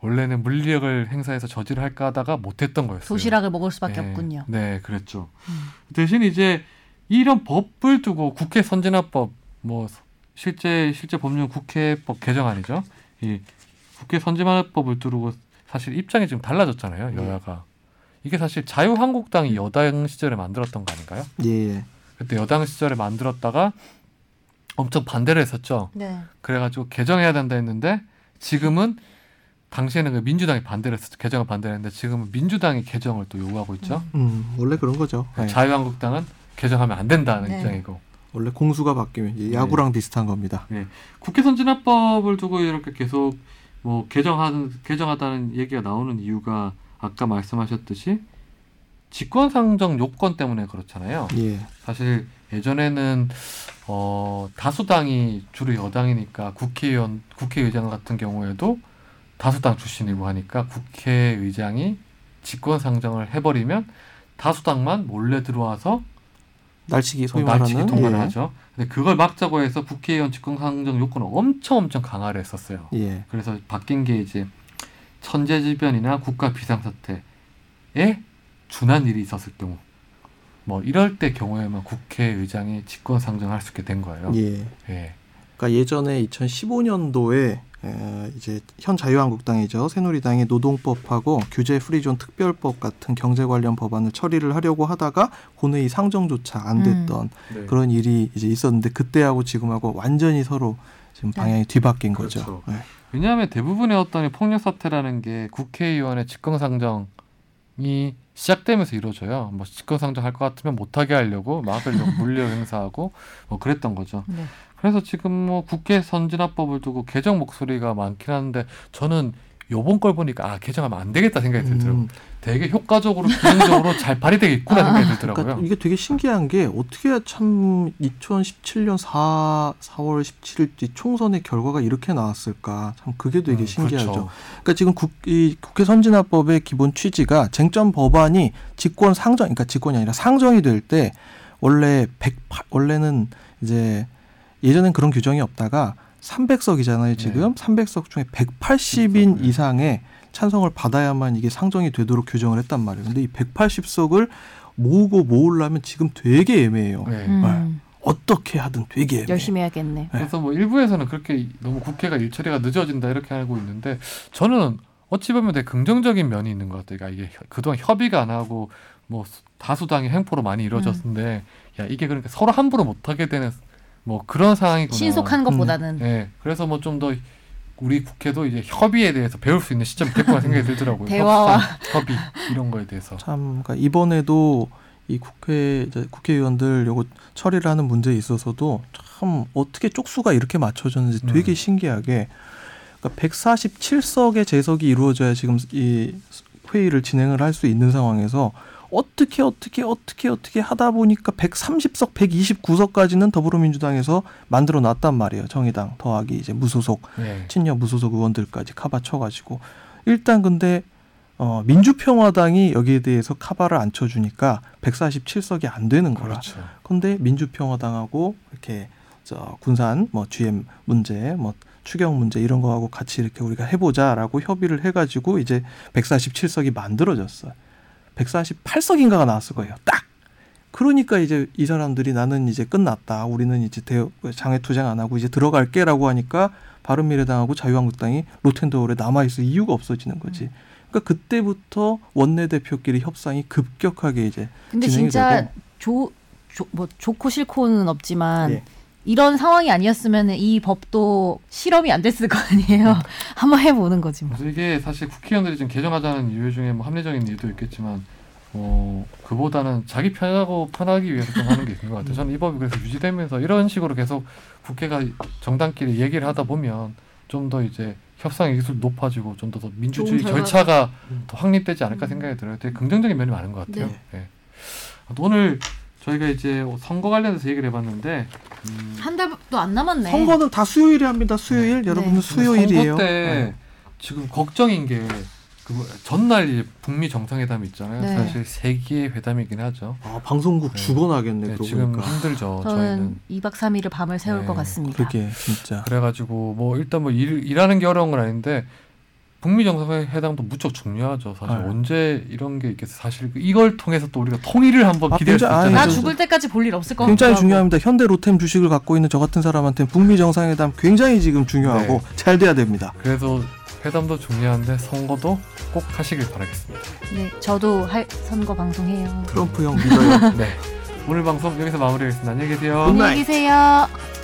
원래는 물리력을 행사해서 저지를 할까 하다가 못했던 거였어요.
도시락을 먹을 수밖에
네,
없군요. 음.
네, 그랬죠. 대신 이제 이런 법을 두고 국회 선진화법 뭐 실제 실제 법률 국회법 개정안이죠. 이 국회 선진화법을 두고 사실 입장이 지금 달라졌잖아요.
네.
여야가 이게 사실 자유한국당이 여당 시절에 만들었던 거 아닌가요?
예. 예.
그때 여당 시절에 만들었다가 엄청 반대를 했었죠.
네.
그래가지고 개정해야 된다 했는데 지금은 당시에는 그 민주당이 반대를 했었죠. 개정을 반대했는데 지금은 민주당이 개정을 또 요구하고 있죠.
음, 원래 그런 거죠.
네.
예.
자유한국당은 개정하면 안 된다는
네.
입장이고
원래 공수가 바뀌면
네.
이제 야구랑 비슷한 겁니다.
국회 선진화법을 두고 이렇게 계속 뭐 개정하는 개정하다는 얘기가 나오는 이유가 아까 말씀하셨듯이
직권상정 요건 때문에 그렇잖아요.
예.
사실 예전에는 어, 다수당이 주로 여당이니까 국회의원 국회의장 같은 경우에도 다수당 출신이고 하니까 국회의장이 직권상정을 해버리면 다수당만 몰래 들어와서
날치기 소위
날치기
말하는
통과를
예.
하죠. 근데 그걸 막자고 해서 국회의원 직권상정 요건을 엄청 엄청 강화를 했었어요.
예.
그래서 바뀐 게 이제 천재지변이나 국가 비상사태에 준한 일이 있었을 경우 뭐 이럴 때 경우에만 국회의장이 직권 상정할 수 있게 된 거예요.
예.
예.
그러니까 예전에 2015년도에 이제 현 자유한국당이죠 새누리당이 노동법하고 규제 프리존 특별법 같은 경제 관련 법안을 처리를 하려고 하다가 본회의 상정조차 안 됐던
네.
그런 일이 이제 있었는데 그때하고 지금하고 완전히 서로 지금 방향이 뒤바뀐 거죠.
그렇죠.
네.
왜냐하면 대부분의 어떤 폭력 사태라는 게 국회의원의 직권 상정이 시작되면서 이루어져요. 뭐 직권 상정할 것 같으면 못하게 하려고 막을 물려 행사하고 뭐 그랬던 거죠.
네.
그래서 지금 뭐 국회 선진화법을 두고 개정 목소리가 많긴 한데 저는 요번 걸 보니까 아 개정하면 안 되겠다 생각이 들더라고요.
음,
되게 효과적으로 기능적으로 잘 발휘되겠구나 생각이
그러니까
들더라고요.
이게 되게 신기한 게 어떻게 참 2017년 4, 4월 17일 이 총선의 결과가 이렇게 나왔을까 참 그게 되게
음,
신기하죠.
그렇죠.
그러니까 지금 국, 이 국회 선진화법의 기본 취지가 쟁점 법안이 직권 상정, 그러니까 직권이 아니라 상정이 될 때 원래 108, 원래는 이제 예전엔 그런 규정이 없다가 300석이잖아요. 지금 300석 중에 180인
네.
이상의 찬성을 받아야만 이게 상정이 되도록 규정을 했단 말이에요. 근데 이 180석을 모으고 모으려면 지금 되게 애매해요.
네.
음,
어떻게 하든 되게 애매해요.
열심히 해야겠네.
그래서 뭐 일부에서는 그렇게 너무 국회가 일처리가 늦어진다 이렇게 알고 있는데 저는 어찌 보면 되게 긍정적인 면이 있는 것 같아요. 그러니까 이게 혀- 그동안 협의가 안 하고 뭐 수- 다수당의 횡포로 많이 이루어졌는데
음.
야 이게 그러니까 서로 함부로 못하게 되는 뭐 그런 상황이구나.
신속한 것보다는
네, 그래서 뭐 좀 더 우리 국회도 이제 협의에 대해서 배울 수 있는 시점이 됐구나 생각이 들더라고요.
대화와
협상, 협의 이런 거에 대해서.
참, 그러니까 이번에도 이 국회 이제 국회의원들 요거 처리를 하는 문제에 있어서도 참 어떻게 쪽수가 이렇게 맞춰졌는지
음.
되게 신기하게 그러니까 147석의 재석이 이루어져야 지금 이 회의를 진행을 할 수 있는 상황에서 어떻게 어떻게 어떻게 어떻게 하다 보니까 130석, 129석까지는 더불어민주당에서 만들어 놨단 말이에요. 정의당 더하기 이제 무소속
네.
친녀 무소속 의원들까지 카바 쳐가지고 일단 근데 어, 민주평화당이 여기에 대해서 카바를 안 쳐주니까 147석이 안 되는 거라.
그렇죠.
근데 민주평화당하고 이렇게 저 군산 뭐 GM 문제 뭐 추경 문제 이런 거하고 같이 이렇게 우리가 해보자라고 협의를 해가지고 이제 147석이 만들어졌어요. 148석인가가 나왔을 거예요. 딱. 그러니까 이제 이 사람들이 나는 이제 끝났다. 우리는 이제 대, 장외 투쟁 안 하고 이제 들어갈게라고 하니까 바른미래당하고 자유한국당이 로텐더홀에 남아 있을 이유가 없어지는 거지. 그러니까 그때부터 원내대표끼리 협상이 급격하게 이제
근데
진행이
진짜
되고.
조, 조, 뭐 좋고 싫고는 없지만
예.
이런 상황이 아니었으면 이 법도 실험이 안 됐을 거 아니에요. [LAUGHS] 한번 해보는 거지 뭐.
그래서 이게 사실 국회의원들이 지금 개정하자는 이유 중에 뭐 합리적인 이유도 있겠지만 어 그보다는 자기 편하고 편하기 위해서 좀 하는 게 있는 것
네.
같아요. 저는 이 법이 그래서 유지되면서 이런 식으로 계속 국회가 정당끼리 얘기를 하다 보면 좀 더 이제 협상의 기술 높아지고 좀 더 민주주의
좋은 음. 결과가-
절차가 더 확립되지 않을까 생각이 들어요. 되게 긍정적인 면이 많은 것 같아요.
네.
예. 아무튼 오늘 저희가 이제 선거 관련해서 얘기를 해봤는데 음,
한 달도 안 남았네.
선거는 다 수요일에 합니다. 수요일 여러분은
네.
수요일이에요.
선거 때
네.
지금 걱정인 게 그거 전날 이제 북미 정상회담 있잖아요.
네.
사실 세기의 회담이긴 하죠.
아 방송국 죽어나겠네.
네,
그러고
지금
보니까.
힘들죠.
저는
저희는.
2박 3일을 밤을 세울
네,
것 같습니다.
그러게 진짜.
그래가지고 뭐 일단 뭐 일, 일하는 게 어려운 건 아닌데 북미 정상회담도 무척 중요하죠. 사실
네.
언제 이런 게 있겠어. 사실 그 이걸 통해서 또 우리가 통일을 한번
아,
기대할 수
굉장히- 아,
있잖아요.
나
저-
죽을 때까지 볼 일 없을 것 같고.
굉장히 중요합니다. 현대 로템 주식을 갖고 있는 저 같은 사람한테 북미 정상회담 굉장히 지금 중요하고
네.
잘 돼야 됩니다.
그래서 회담도 중요한데 선거도 꼭 하시길 바라겠습니다.
[LAUGHS]
네, 저도 할 선거 방송해요.
트럼프 형 믿어요.
네. 오늘 방송 여기서 마무리하겠습니다. 안녕히 계세요.
안녕히 계세요.